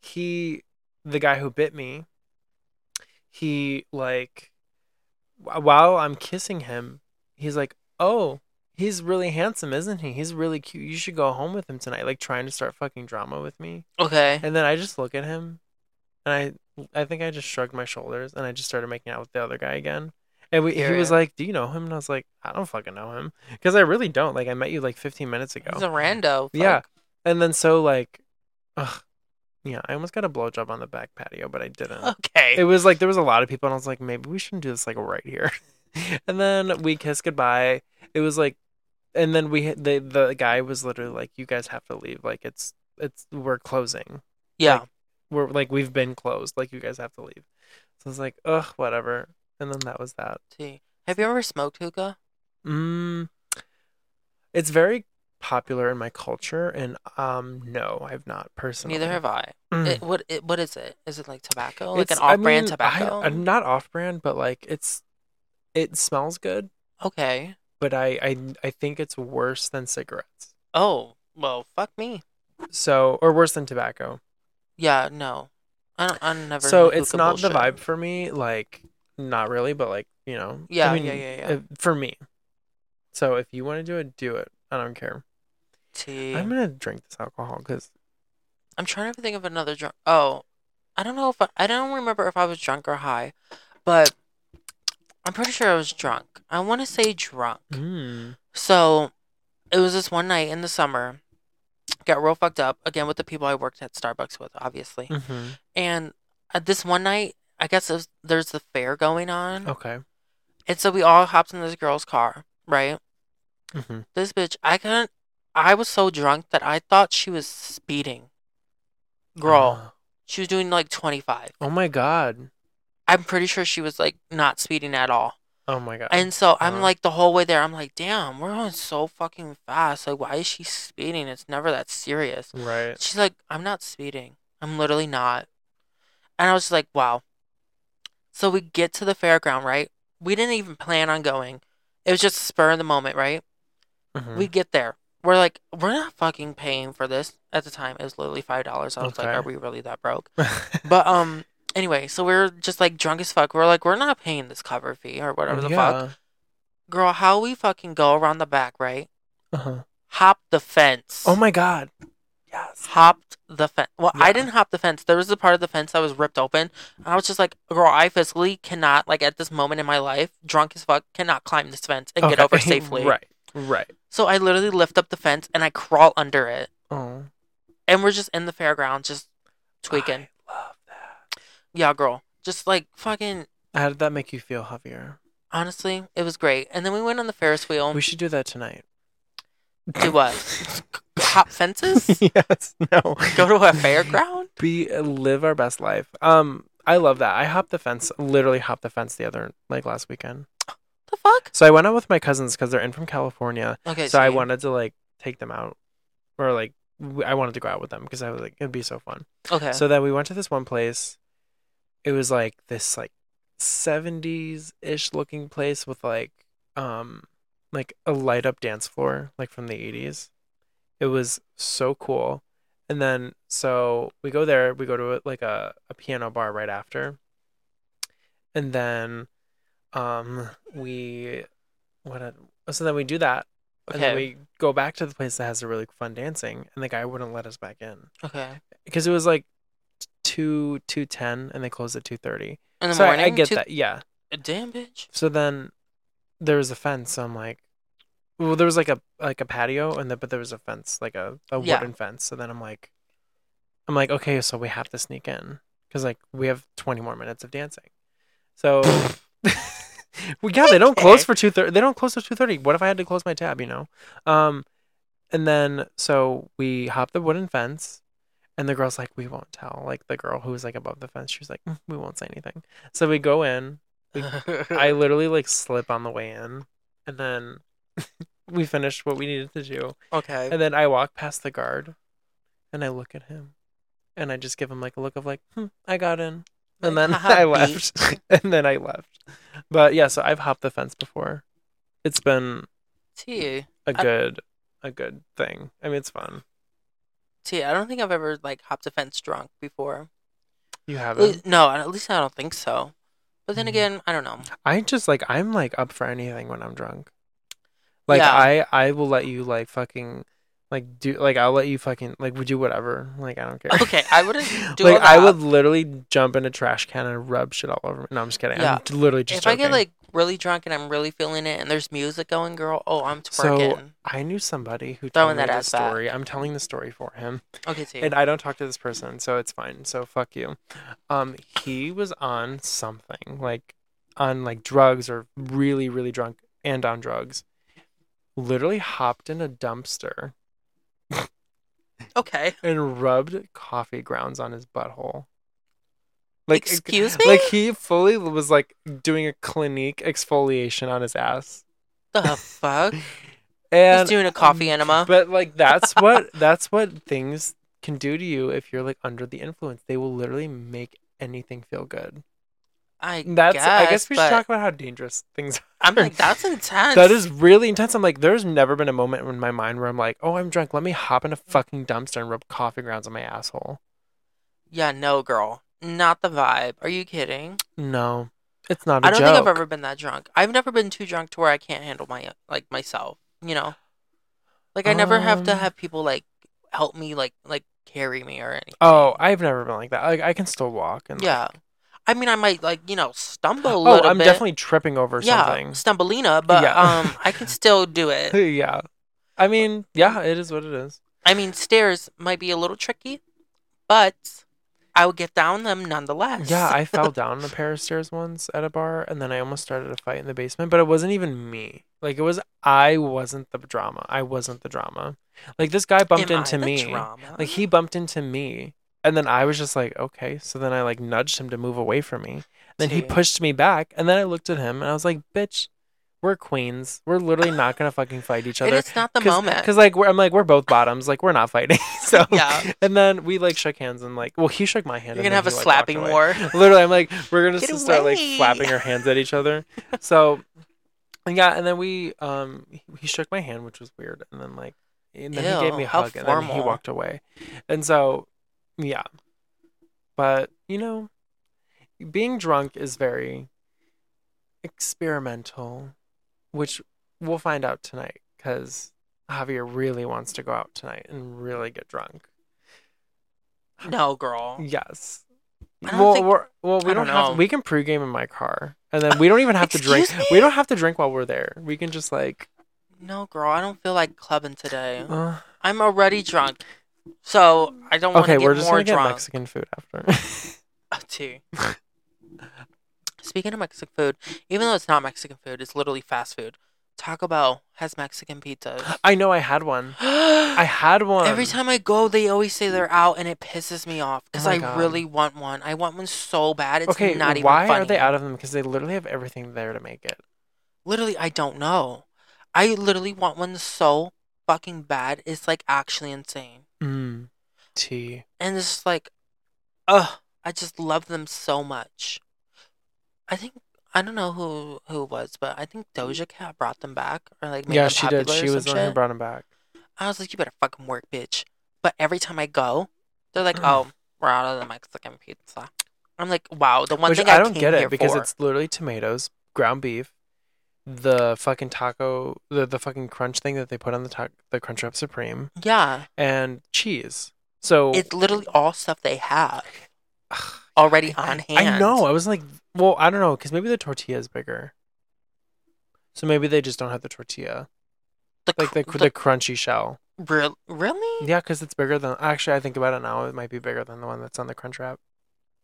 [SPEAKER 1] he, the guy who bit me, he like, wh- while I'm kissing him, he's like, oh, he's really handsome, isn't he? He's really cute. You should go home with him tonight. Like trying to start fucking drama with me.
[SPEAKER 2] Okay.
[SPEAKER 1] And then I just look at him, and I, I think I just shrugged my shoulders, and I just started making out with the other guy again. And we, he was
[SPEAKER 2] Period.
[SPEAKER 1] like, "Do you know him?" And I was like, "I don't fucking know him because I really don't. Like, I met you like 15 minutes ago."
[SPEAKER 2] He's a rando.
[SPEAKER 1] Yeah.
[SPEAKER 2] fuck.
[SPEAKER 1] And then so like, ugh, yeah, I almost got a blowjob on the back patio, but I didn't.
[SPEAKER 2] Okay.
[SPEAKER 1] It was like there was a lot of people, and I was like, maybe we shouldn't do this like right here. and then we kissed goodbye. It was like, and then we hit- the the guy was literally like, you guys have to leave. Like it's it's we're closing.
[SPEAKER 2] yeah.
[SPEAKER 1] We're like we've been closed. Like you guys have to leave. So I was like, ugh, whatever. And then that was that.
[SPEAKER 2] Tea. Have you ever smoked hookah?
[SPEAKER 1] Mm, it's very popular in my culture, and um, no, I've not personally.
[SPEAKER 2] Neither have I.
[SPEAKER 1] Mm.
[SPEAKER 2] It, what it, what is it? Is it like tobacco? Like an
[SPEAKER 1] It's- I
[SPEAKER 2] off-brand
[SPEAKER 1] mean, I-
[SPEAKER 2] tobacco?
[SPEAKER 1] I'm not off-brand, but like it's, it smells good,
[SPEAKER 2] okay.
[SPEAKER 1] but I, I I think it's worse than cigarettes.
[SPEAKER 2] Oh well, fuck me.
[SPEAKER 1] So or worse than tobacco.
[SPEAKER 2] Yeah, no. I don't. I never.
[SPEAKER 1] so
[SPEAKER 2] into
[SPEAKER 1] it's
[SPEAKER 2] hookah
[SPEAKER 1] not the
[SPEAKER 2] bullshit.
[SPEAKER 1] vibe for me. Like not really, but like you know.
[SPEAKER 2] Yeah,
[SPEAKER 1] I mean,
[SPEAKER 2] yeah, yeah, yeah.
[SPEAKER 1] uh, for me. So if you want to do it, do it. I don't care.
[SPEAKER 2] tea.
[SPEAKER 1] I'm
[SPEAKER 2] I'm,
[SPEAKER 1] gonna drink this alcohol because
[SPEAKER 2] trying to think of another drunk. Oh, I don't know if I, I don't remember if I was drunk or high, but I'm pretty sure I was drunk. I want to say drunk.
[SPEAKER 1] mm,
[SPEAKER 2] So it was this one night in the summer. Got real fucked up again with the people I worked at Starbucks with, obviously.
[SPEAKER 1] hmm
[SPEAKER 2] And at this one night, I guess it was, there's the fair going on,
[SPEAKER 1] okay,
[SPEAKER 2] and so we all hopped in this girl's car, right?
[SPEAKER 1] hmm
[SPEAKER 2] This bitch, I couldn't. I was so drunk that I thought she was speeding. Girl,
[SPEAKER 1] Uh-huh.
[SPEAKER 2] she was doing like 25.
[SPEAKER 1] oh my god,
[SPEAKER 2] I'm pretty sure she was like not speeding at all.
[SPEAKER 1] oh my god,
[SPEAKER 2] And so I'm
[SPEAKER 1] Uh-huh.
[SPEAKER 2] like the whole way there, I'm like, damn, we're going so fucking fast. Like, why is she speeding? It's never that serious.
[SPEAKER 1] right,
[SPEAKER 2] She's like, I'm not speeding. I'm literally not. And I was just like, wow. So we get to the fairground, right? We didn't even plan on going. It was just spur of the moment, right?
[SPEAKER 1] Mhm.
[SPEAKER 2] We get there. We're like, we're not fucking paying for this at the time. It was literally five dollars. I was like,
[SPEAKER 1] Okay.
[SPEAKER 2] are we really that broke? But um, anyway, so we are just like drunk as fuck. We're like, we're not paying this cover fee or whatever the fuck.
[SPEAKER 1] Oh, yeah.
[SPEAKER 2] Girl, how we fucking go around the back, right?
[SPEAKER 1] Uh-huh.
[SPEAKER 2] Hop the fence.
[SPEAKER 1] Oh my god, yes,
[SPEAKER 2] Hopped the fence. Well,
[SPEAKER 1] Yeah.
[SPEAKER 2] I didn't hop the fence. There was a part of the fence that was ripped open. And I was just like, girl, I physically cannot, like, at this moment in my life, drunk as fuck, cannot climb this fence and get
[SPEAKER 1] Okay.
[SPEAKER 2] over safely.
[SPEAKER 1] right, right.
[SPEAKER 2] So I literally lift up the fence and I crawl under it.
[SPEAKER 1] Oh,
[SPEAKER 2] And we're just in the fairground, just tweaking.
[SPEAKER 1] I love that.
[SPEAKER 2] Yeah, girl. Just like fucking,
[SPEAKER 1] How did that make you feel, Javier?
[SPEAKER 2] honestly, it was great. And then we went on the Ferris wheel.
[SPEAKER 1] We should do that tonight.
[SPEAKER 2] Um, Do what? hop fences?
[SPEAKER 1] yes, no.
[SPEAKER 2] Go to a fairground?
[SPEAKER 1] be live our best life. Um, I love that. I hopped the fence, literally hopped the fence the other like last weekend.
[SPEAKER 2] The fuck?
[SPEAKER 1] So I went out with my cousins because they're in from California.
[SPEAKER 2] Okay,
[SPEAKER 1] So I
[SPEAKER 2] same.
[SPEAKER 1] wanted to like take them out, or like w- I wanted to go out with them because I was like it'd be so fun.
[SPEAKER 2] Okay.
[SPEAKER 1] So then we went to this one place. It was like this like 70s ish looking place with like um like a light up dance floor like from the 80s. It was so cool. And then so we go there, we go to like a, a piano bar right after. And then um we what a- so then we do that and then
[SPEAKER 2] Okay.
[SPEAKER 1] we go back to the place that has a really fun dancing and the guy wouldn't let us back in
[SPEAKER 2] okay.
[SPEAKER 1] because it was like two two ten and they closed at two thirty.
[SPEAKER 2] In the
[SPEAKER 1] So I-
[SPEAKER 2] morning?
[SPEAKER 1] I get
[SPEAKER 2] two-
[SPEAKER 1] that, yeah.
[SPEAKER 2] Damn, bitch.
[SPEAKER 1] So then there was a fence. So I'm like, well, there was like a like a patio and the, but there was a fence, like a, a
[SPEAKER 2] Yeah.
[SPEAKER 1] wooden fence. So then I'm like, I'm like, okay, so we have to sneak in because like we have twenty more minutes of dancing. So well, yeah, they don't close
[SPEAKER 2] Okay.
[SPEAKER 1] for two thirty. They don't close till two thirty. What if I had to close my tab? You know, um, and then so we hop the wooden fence. And the girl's like, we won't tell. Like the girl who was like above the fence, she was like, "Mm, we won't say anything. So we go in, I literally like slip on the way in, and then we finished what we needed to do,
[SPEAKER 2] okay.
[SPEAKER 1] and then I walk past the guard, and I look at him, and I just give him like a look of like, hmm, I got in,
[SPEAKER 2] Like,
[SPEAKER 1] and then
[SPEAKER 2] "Haha,
[SPEAKER 1] I left, and then I left. But yeah, so I've hopped the fence before. It's been
[SPEAKER 2] T.
[SPEAKER 1] a
[SPEAKER 2] I-
[SPEAKER 1] good, a good thing. I mean, it's fun.
[SPEAKER 2] T. I don't think I've ever like hopped a fence drunk before.
[SPEAKER 1] You
[SPEAKER 2] At
[SPEAKER 1] haven't.
[SPEAKER 2] least, no, at least I don't think so. But then
[SPEAKER 1] Mm.
[SPEAKER 2] again, I don't know.
[SPEAKER 1] I just like I'm like up for anything when I'm drunk. Like
[SPEAKER 2] Yeah.
[SPEAKER 1] I I will let you like fucking like do like I'll let you fucking like do whatever. Like I don't care.
[SPEAKER 2] Okay, I wouldn't do
[SPEAKER 1] like
[SPEAKER 2] all
[SPEAKER 1] I
[SPEAKER 2] that.
[SPEAKER 1] would literally jump in a trash can and rub shit all over me. No, I'm just kidding.
[SPEAKER 2] Yeah.
[SPEAKER 1] I'm t- literally just
[SPEAKER 2] If I get
[SPEAKER 1] joking.
[SPEAKER 2] like really drunk and I'm really feeling it, and there's music going, girl, oh, I'm
[SPEAKER 1] So-
[SPEAKER 2] twerking.
[SPEAKER 1] I knew somebody who
[SPEAKER 2] Throwing
[SPEAKER 1] told
[SPEAKER 2] that
[SPEAKER 1] me this
[SPEAKER 2] ass back.
[SPEAKER 1] story. I'm telling the story for him.
[SPEAKER 2] okay, T.
[SPEAKER 1] And I don't talk to this person, so it's fine. So fuck you. Um, he was on something like on like drugs or really really drunk and on drugs. Literally hopped in a dumpster
[SPEAKER 2] okay.
[SPEAKER 1] and rubbed coffee grounds on his butthole.
[SPEAKER 2] Excuse
[SPEAKER 1] Like
[SPEAKER 2] me?
[SPEAKER 1] he fully was like doing a clinique exfoliation on his ass.
[SPEAKER 2] The fuck? He's
[SPEAKER 1] And um,
[SPEAKER 2] doing a coffee enema.
[SPEAKER 1] but like that's what that's what things can do to you if you're like under the influence. They will literally make anything feel good.
[SPEAKER 2] I
[SPEAKER 1] That's
[SPEAKER 2] guess.
[SPEAKER 1] I guess we should
[SPEAKER 2] but
[SPEAKER 1] talk about how dangerous things are.
[SPEAKER 2] I'm like, that's intense.
[SPEAKER 1] That is really intense. I'm like, there's never been a moment in my mind where I'm like, oh, I'm drunk. Let me hop in a fucking dumpster and rub coffee grounds on my asshole.
[SPEAKER 2] Yeah, no, girl. Not the vibe. Are you kidding?
[SPEAKER 1] No, it's not a
[SPEAKER 2] I don't
[SPEAKER 1] joke.
[SPEAKER 2] think I've ever been that drunk. I've never been too drunk to where I can't handle my like myself. You know. Like I never have to
[SPEAKER 1] Um,
[SPEAKER 2] have people like help me like like carry me or anything.
[SPEAKER 1] Oh, I've never been like that. Like I can still walk and like-
[SPEAKER 2] yeah. I mean, I might like you know stumble a
[SPEAKER 1] oh,
[SPEAKER 2] little
[SPEAKER 1] I'm
[SPEAKER 2] bit.
[SPEAKER 1] definitely tripping over
[SPEAKER 2] yeah,
[SPEAKER 1] something.
[SPEAKER 2] stumbleina, but
[SPEAKER 1] Yeah.
[SPEAKER 2] um, I can still do it.
[SPEAKER 1] yeah. I mean, yeah, it is what it is.
[SPEAKER 2] I mean, stairs might be a little tricky, but I would get down them nonetheless.
[SPEAKER 1] Yeah, I fell down a pair of stairs once at a bar, and then I almost started a fight in the basement. But it wasn't even me. Like it was, I wasn't the drama. I wasn't the drama. Like this guy bumped
[SPEAKER 2] Am I
[SPEAKER 1] into
[SPEAKER 2] the
[SPEAKER 1] me.
[SPEAKER 2] drama?
[SPEAKER 1] Like he bumped into me, and then I was just like, okay. So then I like nudged him to move away from me. Then he
[SPEAKER 2] Dude.
[SPEAKER 1] pushed me back, and then I looked at him, and I was like, bitch, we're queens. We're literally not gonna fucking fight each
[SPEAKER 2] and
[SPEAKER 1] other.
[SPEAKER 2] it's not the moment.
[SPEAKER 1] Because like we're, I'm like we're both bottoms. Like we're not fighting. So
[SPEAKER 2] Yeah.
[SPEAKER 1] And then we like shook hands and like well he shook my hand.
[SPEAKER 2] You're
[SPEAKER 1] and
[SPEAKER 2] gonna
[SPEAKER 1] then
[SPEAKER 2] have a
[SPEAKER 1] he, like, walked
[SPEAKER 2] slapping
[SPEAKER 1] away.
[SPEAKER 2] war.
[SPEAKER 1] Literally, I'm like, we're gonna
[SPEAKER 2] Get
[SPEAKER 1] just start like
[SPEAKER 2] away.
[SPEAKER 1] flapping our hands at each other. So, and yeah, and then we, um, he- he shook my hand, which was weird, and then like, and then he gave
[SPEAKER 2] Ew,
[SPEAKER 1] me a
[SPEAKER 2] how
[SPEAKER 1] hug, and then he
[SPEAKER 2] formal.
[SPEAKER 1] walked away, and so, yeah, but you know, being drunk is very experimental, which we'll find out tonight because Javier really wants to go out tonight and really get drunk.
[SPEAKER 2] No, girl.
[SPEAKER 1] Yes.
[SPEAKER 2] I don't
[SPEAKER 1] Well,
[SPEAKER 2] think-
[SPEAKER 1] we're, well, we
[SPEAKER 2] I don't
[SPEAKER 1] don't, have.
[SPEAKER 2] know.
[SPEAKER 1] We can pregame in my car, and then we don't even have to drink.
[SPEAKER 2] Excuse me?
[SPEAKER 1] We don't have to drink while we're there. We can just like,
[SPEAKER 2] No, girl. I don't feel like clubbing today.
[SPEAKER 1] uh,
[SPEAKER 2] I'm already drunk, so I don't want to
[SPEAKER 1] okay,
[SPEAKER 2] get
[SPEAKER 1] we're just
[SPEAKER 2] more
[SPEAKER 1] gonna get
[SPEAKER 2] drunk.
[SPEAKER 1] Mexican food after.
[SPEAKER 2] Uh, too. Speaking of Mexican food, even though it's not Mexican food, it's literally fast food. Taco Bell has Mexican pizzas.
[SPEAKER 1] I know I had one. I had one
[SPEAKER 2] Every time I go, they always say they're out, and it pisses me off because
[SPEAKER 1] Oh my
[SPEAKER 2] I
[SPEAKER 1] God.
[SPEAKER 2] really want one. I want one so bad. It's
[SPEAKER 1] okay,
[SPEAKER 2] not even
[SPEAKER 1] why
[SPEAKER 2] funny.
[SPEAKER 1] are they out of them? Because they literally have everything there to make it.
[SPEAKER 2] Literally, I don't know. I literally want one so fucking bad. It's like actually insane,
[SPEAKER 1] Mm. Tea.
[SPEAKER 2] and it's just like, ugh. I just love them so much. I think I don't know who who it was, but I think Doja Cat brought them back or like made
[SPEAKER 1] Yeah,
[SPEAKER 2] them
[SPEAKER 1] she
[SPEAKER 2] popular
[SPEAKER 1] did.
[SPEAKER 2] or
[SPEAKER 1] She
[SPEAKER 2] some
[SPEAKER 1] was the one who
[SPEAKER 2] shit.
[SPEAKER 1] brought him back.
[SPEAKER 2] I was like, you better fucking work, bitch. But every time I go, they're
[SPEAKER 1] Mm.
[SPEAKER 2] like, oh, we're out of the Mexican pizza. I'm like, wow, the one
[SPEAKER 1] Which
[SPEAKER 2] thing
[SPEAKER 1] I don't
[SPEAKER 2] came
[SPEAKER 1] get
[SPEAKER 2] here
[SPEAKER 1] it because
[SPEAKER 2] for.
[SPEAKER 1] it's literally tomatoes, ground beef, the fucking taco, the, the fucking crunch thing that they put on the taco, the Crunchwrap Supreme.
[SPEAKER 2] yeah,
[SPEAKER 1] and cheese. So
[SPEAKER 2] it's literally all stuff they have
[SPEAKER 1] Ugh,
[SPEAKER 2] already on hand.
[SPEAKER 1] I know. I was like, well, I don't know, because maybe the tortilla is bigger. So maybe they just don't have the tortilla,
[SPEAKER 2] The,
[SPEAKER 1] like
[SPEAKER 2] cr-
[SPEAKER 1] the the, crunchy shell.
[SPEAKER 2] real- really?
[SPEAKER 1] Yeah, because it's bigger than. Actually, I think about it now. It might be bigger than the one that's on the crunch wrap.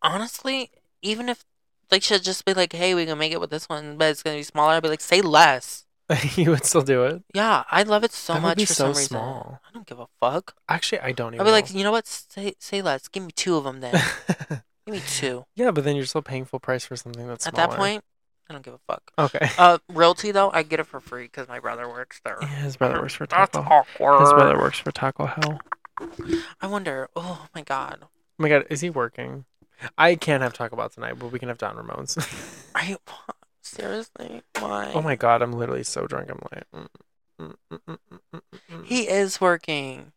[SPEAKER 2] Honestly, even if like she'll just be like, hey, we can make it with this one, but it's gonna be smaller. I'd be like, say less.
[SPEAKER 1] you would still do it.
[SPEAKER 2] Yeah, I love it so
[SPEAKER 1] That would
[SPEAKER 2] much
[SPEAKER 1] be
[SPEAKER 2] for
[SPEAKER 1] so
[SPEAKER 2] some reason.
[SPEAKER 1] small.
[SPEAKER 2] I don't give a fuck.
[SPEAKER 1] Actually, I
[SPEAKER 2] I'd
[SPEAKER 1] don't even.
[SPEAKER 2] be like, you know what? Say say less. Give me two of them then.
[SPEAKER 1] know.
[SPEAKER 2] Give me two.
[SPEAKER 1] yeah, but then you're still paying full price for something that's
[SPEAKER 2] At that
[SPEAKER 1] smaller.
[SPEAKER 2] point, I don't give a fuck.
[SPEAKER 1] Okay.
[SPEAKER 2] Uh, realty though, I get it for free because my brother works there.
[SPEAKER 1] His brother works for
[SPEAKER 2] That's
[SPEAKER 1] Taco.
[SPEAKER 2] awkward.
[SPEAKER 1] His brother works for Taco Hell.
[SPEAKER 2] I wonder. Oh my god.
[SPEAKER 1] Oh my god, is he working? I can't have Taco Bell tonight, but we can have Don Ramones.
[SPEAKER 2] I seriously why?
[SPEAKER 1] Oh my god, I'm literally so drunk. I'm like, mm, mm, mm, mm, mm, mm, mm, mm.
[SPEAKER 2] He is working.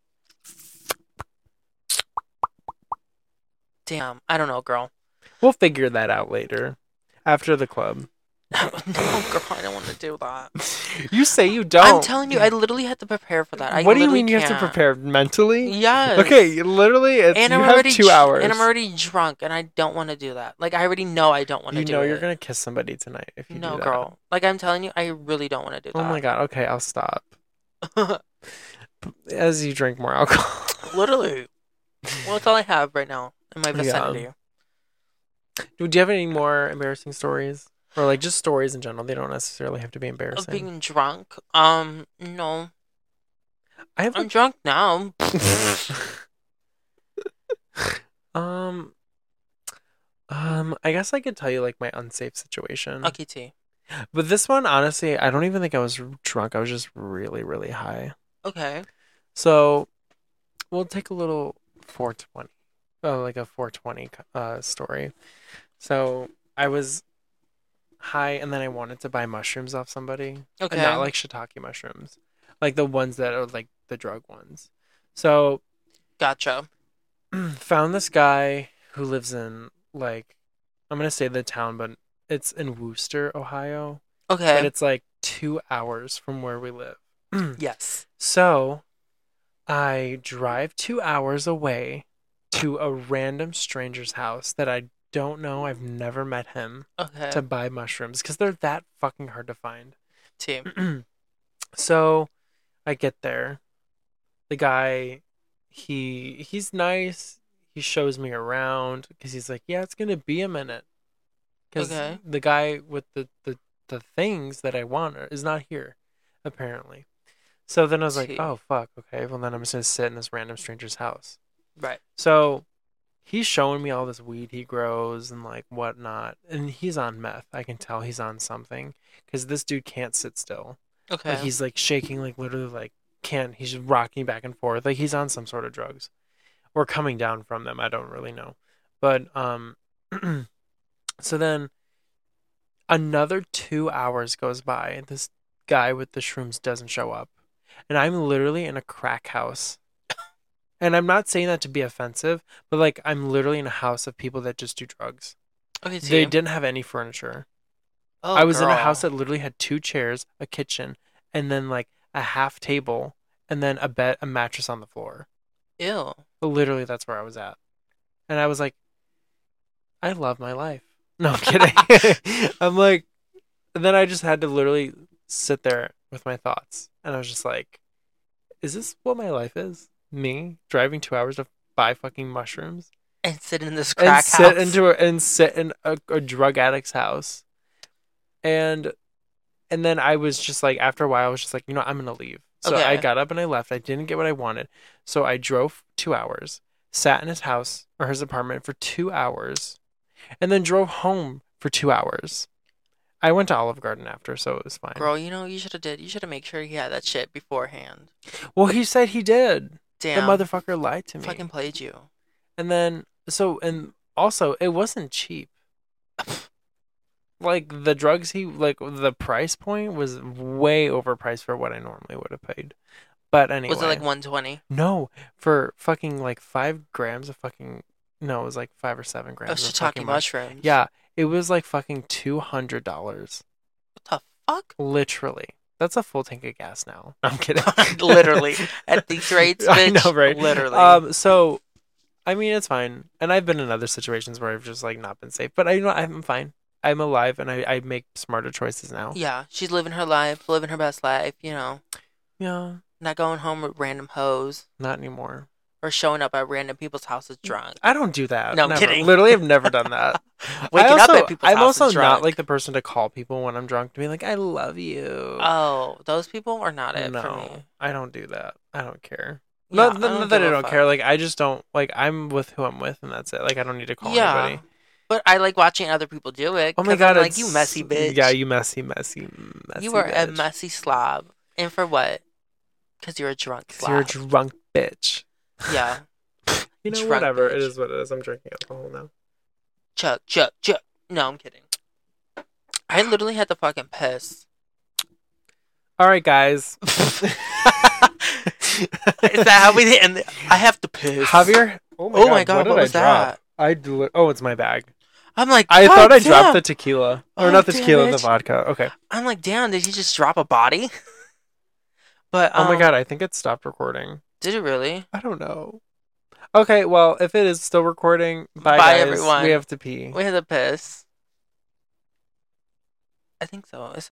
[SPEAKER 2] Damn. I don't know, girl.
[SPEAKER 1] we'll figure that out later after the club.
[SPEAKER 2] no, girl. I don't want to do that.
[SPEAKER 1] You say you don't.
[SPEAKER 2] I'm telling you, I literally had to prepare for that. I
[SPEAKER 1] what do you
[SPEAKER 2] literally
[SPEAKER 1] mean you have to
[SPEAKER 2] can't.
[SPEAKER 1] prepare mentally?
[SPEAKER 2] Yes.
[SPEAKER 1] Okay, literally, it's,
[SPEAKER 2] And
[SPEAKER 1] you
[SPEAKER 2] I'm
[SPEAKER 1] have
[SPEAKER 2] already
[SPEAKER 1] two
[SPEAKER 2] dr-
[SPEAKER 1] hours.
[SPEAKER 2] And I'm already drunk, and I don't want to do that. Like I already know I don't want to
[SPEAKER 1] you
[SPEAKER 2] do
[SPEAKER 1] know
[SPEAKER 2] it.
[SPEAKER 1] you're gonna kiss somebody tonight if you
[SPEAKER 2] no,
[SPEAKER 1] do that.
[SPEAKER 2] girl. Like I'm telling you, I really don't want to do that.
[SPEAKER 1] Oh my god. Okay, I'll stop as you drink more alcohol.
[SPEAKER 2] Literally. Well, it's all I have right now in my vicinity.
[SPEAKER 1] do you have any more embarrassing stories, or like just stories in general? They don't necessarily have to be
[SPEAKER 2] Of
[SPEAKER 1] embarrassing.
[SPEAKER 2] being drunk. Um, no.
[SPEAKER 1] I have
[SPEAKER 2] I'm drunk now.
[SPEAKER 1] Mm-hmm. um um i guess i could tell you like my unsafe situation
[SPEAKER 2] Okay, T.
[SPEAKER 1] but this one honestly i don't even think i was r- drunk i was just really really high
[SPEAKER 2] Okay.
[SPEAKER 1] so we'll take a little 420 oh like a 420 c- uh story so i was high and then i wanted to buy mushrooms off somebody
[SPEAKER 2] Okay.
[SPEAKER 1] and not like shiitake mushrooms like the ones that are like the drug ones so
[SPEAKER 2] gotcha.
[SPEAKER 1] found this guy who lives in like I'm gonna say the town, but it's in Wooster, Ohio, and
[SPEAKER 2] Okay.
[SPEAKER 1] it's like two hours from where we live.
[SPEAKER 2] Yes.
[SPEAKER 1] So I drive two hours away to a random stranger's house that I don't know. I've never met him
[SPEAKER 2] Okay.
[SPEAKER 1] to buy mushrooms because they're that fucking hard to find.
[SPEAKER 2] Team.
[SPEAKER 1] so I get there. The guy, he he's nice. He shows me around because he's like, yeah, it's gonna be a minute. Because
[SPEAKER 2] Okay.
[SPEAKER 1] the guy with the, the the things that I want are, is not here, apparently. So then I was like,
[SPEAKER 2] Gee.
[SPEAKER 1] oh fuck, okay. Well then I'm just gonna sit in this random stranger's house.
[SPEAKER 2] Right.
[SPEAKER 1] So he's showing me all this weed he grows and like whatnot, and he's on meth. I can tell he's on something because this dude can't sit still.
[SPEAKER 2] Okay.
[SPEAKER 1] Like he's like shaking, like literally, like can't. He's just rocking back and forth, like he's on some sort of drugs, or coming down from them. I don't really know, but um, so then another two hours goes by, and this guy with the shrooms doesn't show up, and I'm literally in a crack house. And I'm not saying that to be offensive, but like I'm literally in a house of people that just do drugs.
[SPEAKER 2] okay. Team.
[SPEAKER 1] They didn't have any furniture.
[SPEAKER 2] Oh,
[SPEAKER 1] I was in a
[SPEAKER 2] girl.
[SPEAKER 1] house that literally had two chairs, a kitchen, and then like a half table, and then a bed, a mattress on the floor.
[SPEAKER 2] Ew.
[SPEAKER 1] Literally, that's where I was at, and I was like, I love my life. No, I'm kidding. I'm like, and then I just had to literally sit there with my thoughts, and I was just like, Is this what my life is? Me driving two hours to buy fucking mushrooms
[SPEAKER 2] And sit in this
[SPEAKER 1] and
[SPEAKER 2] crack house.
[SPEAKER 1] sit into a, and sit in a, a drug addict's house, and and then I was just like, after a while, I was just like, you know, I'm gonna leave. So I
[SPEAKER 2] Okay.
[SPEAKER 1] got up and I left. I didn't get what I wanted, so I drove two hours, sat in his house or his apartment for two hours, and then drove home for two hours. I went to Olive Garden after, so it was fine.
[SPEAKER 2] Girl, you know what you should have did. You should have made sure he had that shit beforehand.
[SPEAKER 1] Well, he said he did.
[SPEAKER 2] Damn.
[SPEAKER 1] The motherfucker lied to me.
[SPEAKER 2] fucking played you.
[SPEAKER 1] And then so and also it wasn't cheap. like the drugs he like the price point was way overpriced for what I normally would have paid. But anyway,
[SPEAKER 2] Was it like 120?
[SPEAKER 1] no for fucking like five grams of fucking no, it was like five or seven
[SPEAKER 2] Oh,
[SPEAKER 1] grams. of
[SPEAKER 2] shiitake
[SPEAKER 1] fucking mush-
[SPEAKER 2] mushrooms.
[SPEAKER 1] Yeah, it was like fucking two hundred dollars,
[SPEAKER 2] What the fuck?
[SPEAKER 1] literally. That's a full tank of gas now. I'm kidding.
[SPEAKER 2] Literally. At these rates,
[SPEAKER 1] I
[SPEAKER 2] bitch.
[SPEAKER 1] know, right?
[SPEAKER 2] Literally.
[SPEAKER 1] Um, so, I mean, it's fine. And I've been in other situations where I've just like not been safe, but I you know I'm fine. I'm alive, and I, I make smarter choices now.
[SPEAKER 2] yeah, she's living her life, living her best life, you know.
[SPEAKER 1] Yeah,
[SPEAKER 2] Not going home with random hoes
[SPEAKER 1] not anymore.
[SPEAKER 2] or showing up at random people's houses
[SPEAKER 1] Mm.
[SPEAKER 2] drunk.
[SPEAKER 1] I don't do that.
[SPEAKER 2] No, I'm
[SPEAKER 1] never.
[SPEAKER 2] kidding.
[SPEAKER 1] Literally, I've never done that. I
[SPEAKER 2] Waking
[SPEAKER 1] also,
[SPEAKER 2] up at people's
[SPEAKER 1] I'm
[SPEAKER 2] houses
[SPEAKER 1] also not
[SPEAKER 2] drunk.
[SPEAKER 1] like the person to call people when I'm drunk to be like, "I love you."
[SPEAKER 2] Oh, those people are not it for
[SPEAKER 1] no,
[SPEAKER 2] me.
[SPEAKER 1] I don't do that. I don't care.
[SPEAKER 2] Yeah,
[SPEAKER 1] not, not that
[SPEAKER 2] give
[SPEAKER 1] I
[SPEAKER 2] a
[SPEAKER 1] don't
[SPEAKER 2] fuck.
[SPEAKER 1] care. Like I just don't like. I'm with who I'm with, and that's it. Like I don't need to call
[SPEAKER 2] yeah.
[SPEAKER 1] anybody.
[SPEAKER 2] But I like watching other people do it.
[SPEAKER 1] Oh my
[SPEAKER 2] 'cause
[SPEAKER 1] god!
[SPEAKER 2] I'm like you
[SPEAKER 1] it's-
[SPEAKER 2] messy bitch.
[SPEAKER 1] Yeah, you messy, messy, messy.
[SPEAKER 2] you are
[SPEAKER 1] bitch.
[SPEAKER 2] a messy slob. And for what? Because you're a drunk
[SPEAKER 1] 'Cause You're a
[SPEAKER 2] slob.
[SPEAKER 1] drunk bitch.
[SPEAKER 2] yeah.
[SPEAKER 1] You know,
[SPEAKER 2] Drunk
[SPEAKER 1] whatever. It
[SPEAKER 2] bitch.
[SPEAKER 1] is what it is. I'm drinking alcohol now.
[SPEAKER 2] Chuck, chuck, chuck. No, I'm kidding. I literally had to fucking piss.
[SPEAKER 1] All right, guys.
[SPEAKER 2] Is that how we end? the- I have to piss.
[SPEAKER 1] Javier?
[SPEAKER 2] Oh my god,
[SPEAKER 1] did
[SPEAKER 2] what, was
[SPEAKER 1] I drop?
[SPEAKER 2] that?
[SPEAKER 1] I deli- oh, it's my bag.
[SPEAKER 2] I'm like,
[SPEAKER 1] I
[SPEAKER 2] God
[SPEAKER 1] thought I
[SPEAKER 2] damn.
[SPEAKER 1] dropped the tequila, or
[SPEAKER 2] Oh,
[SPEAKER 1] not the
[SPEAKER 2] damn
[SPEAKER 1] tequila, the
[SPEAKER 2] it.
[SPEAKER 1] vodka. Okay.
[SPEAKER 2] I'm like, damn, did he just drop a body? But
[SPEAKER 1] oh my
[SPEAKER 2] um,
[SPEAKER 1] god, I think it stopped recording.
[SPEAKER 2] did it really?
[SPEAKER 1] I don't know. Okay, well, if it is still recording, bye,
[SPEAKER 2] Bye,
[SPEAKER 1] guys.
[SPEAKER 2] everyone.
[SPEAKER 1] We have to pee.
[SPEAKER 2] We had to piss. I think so. It's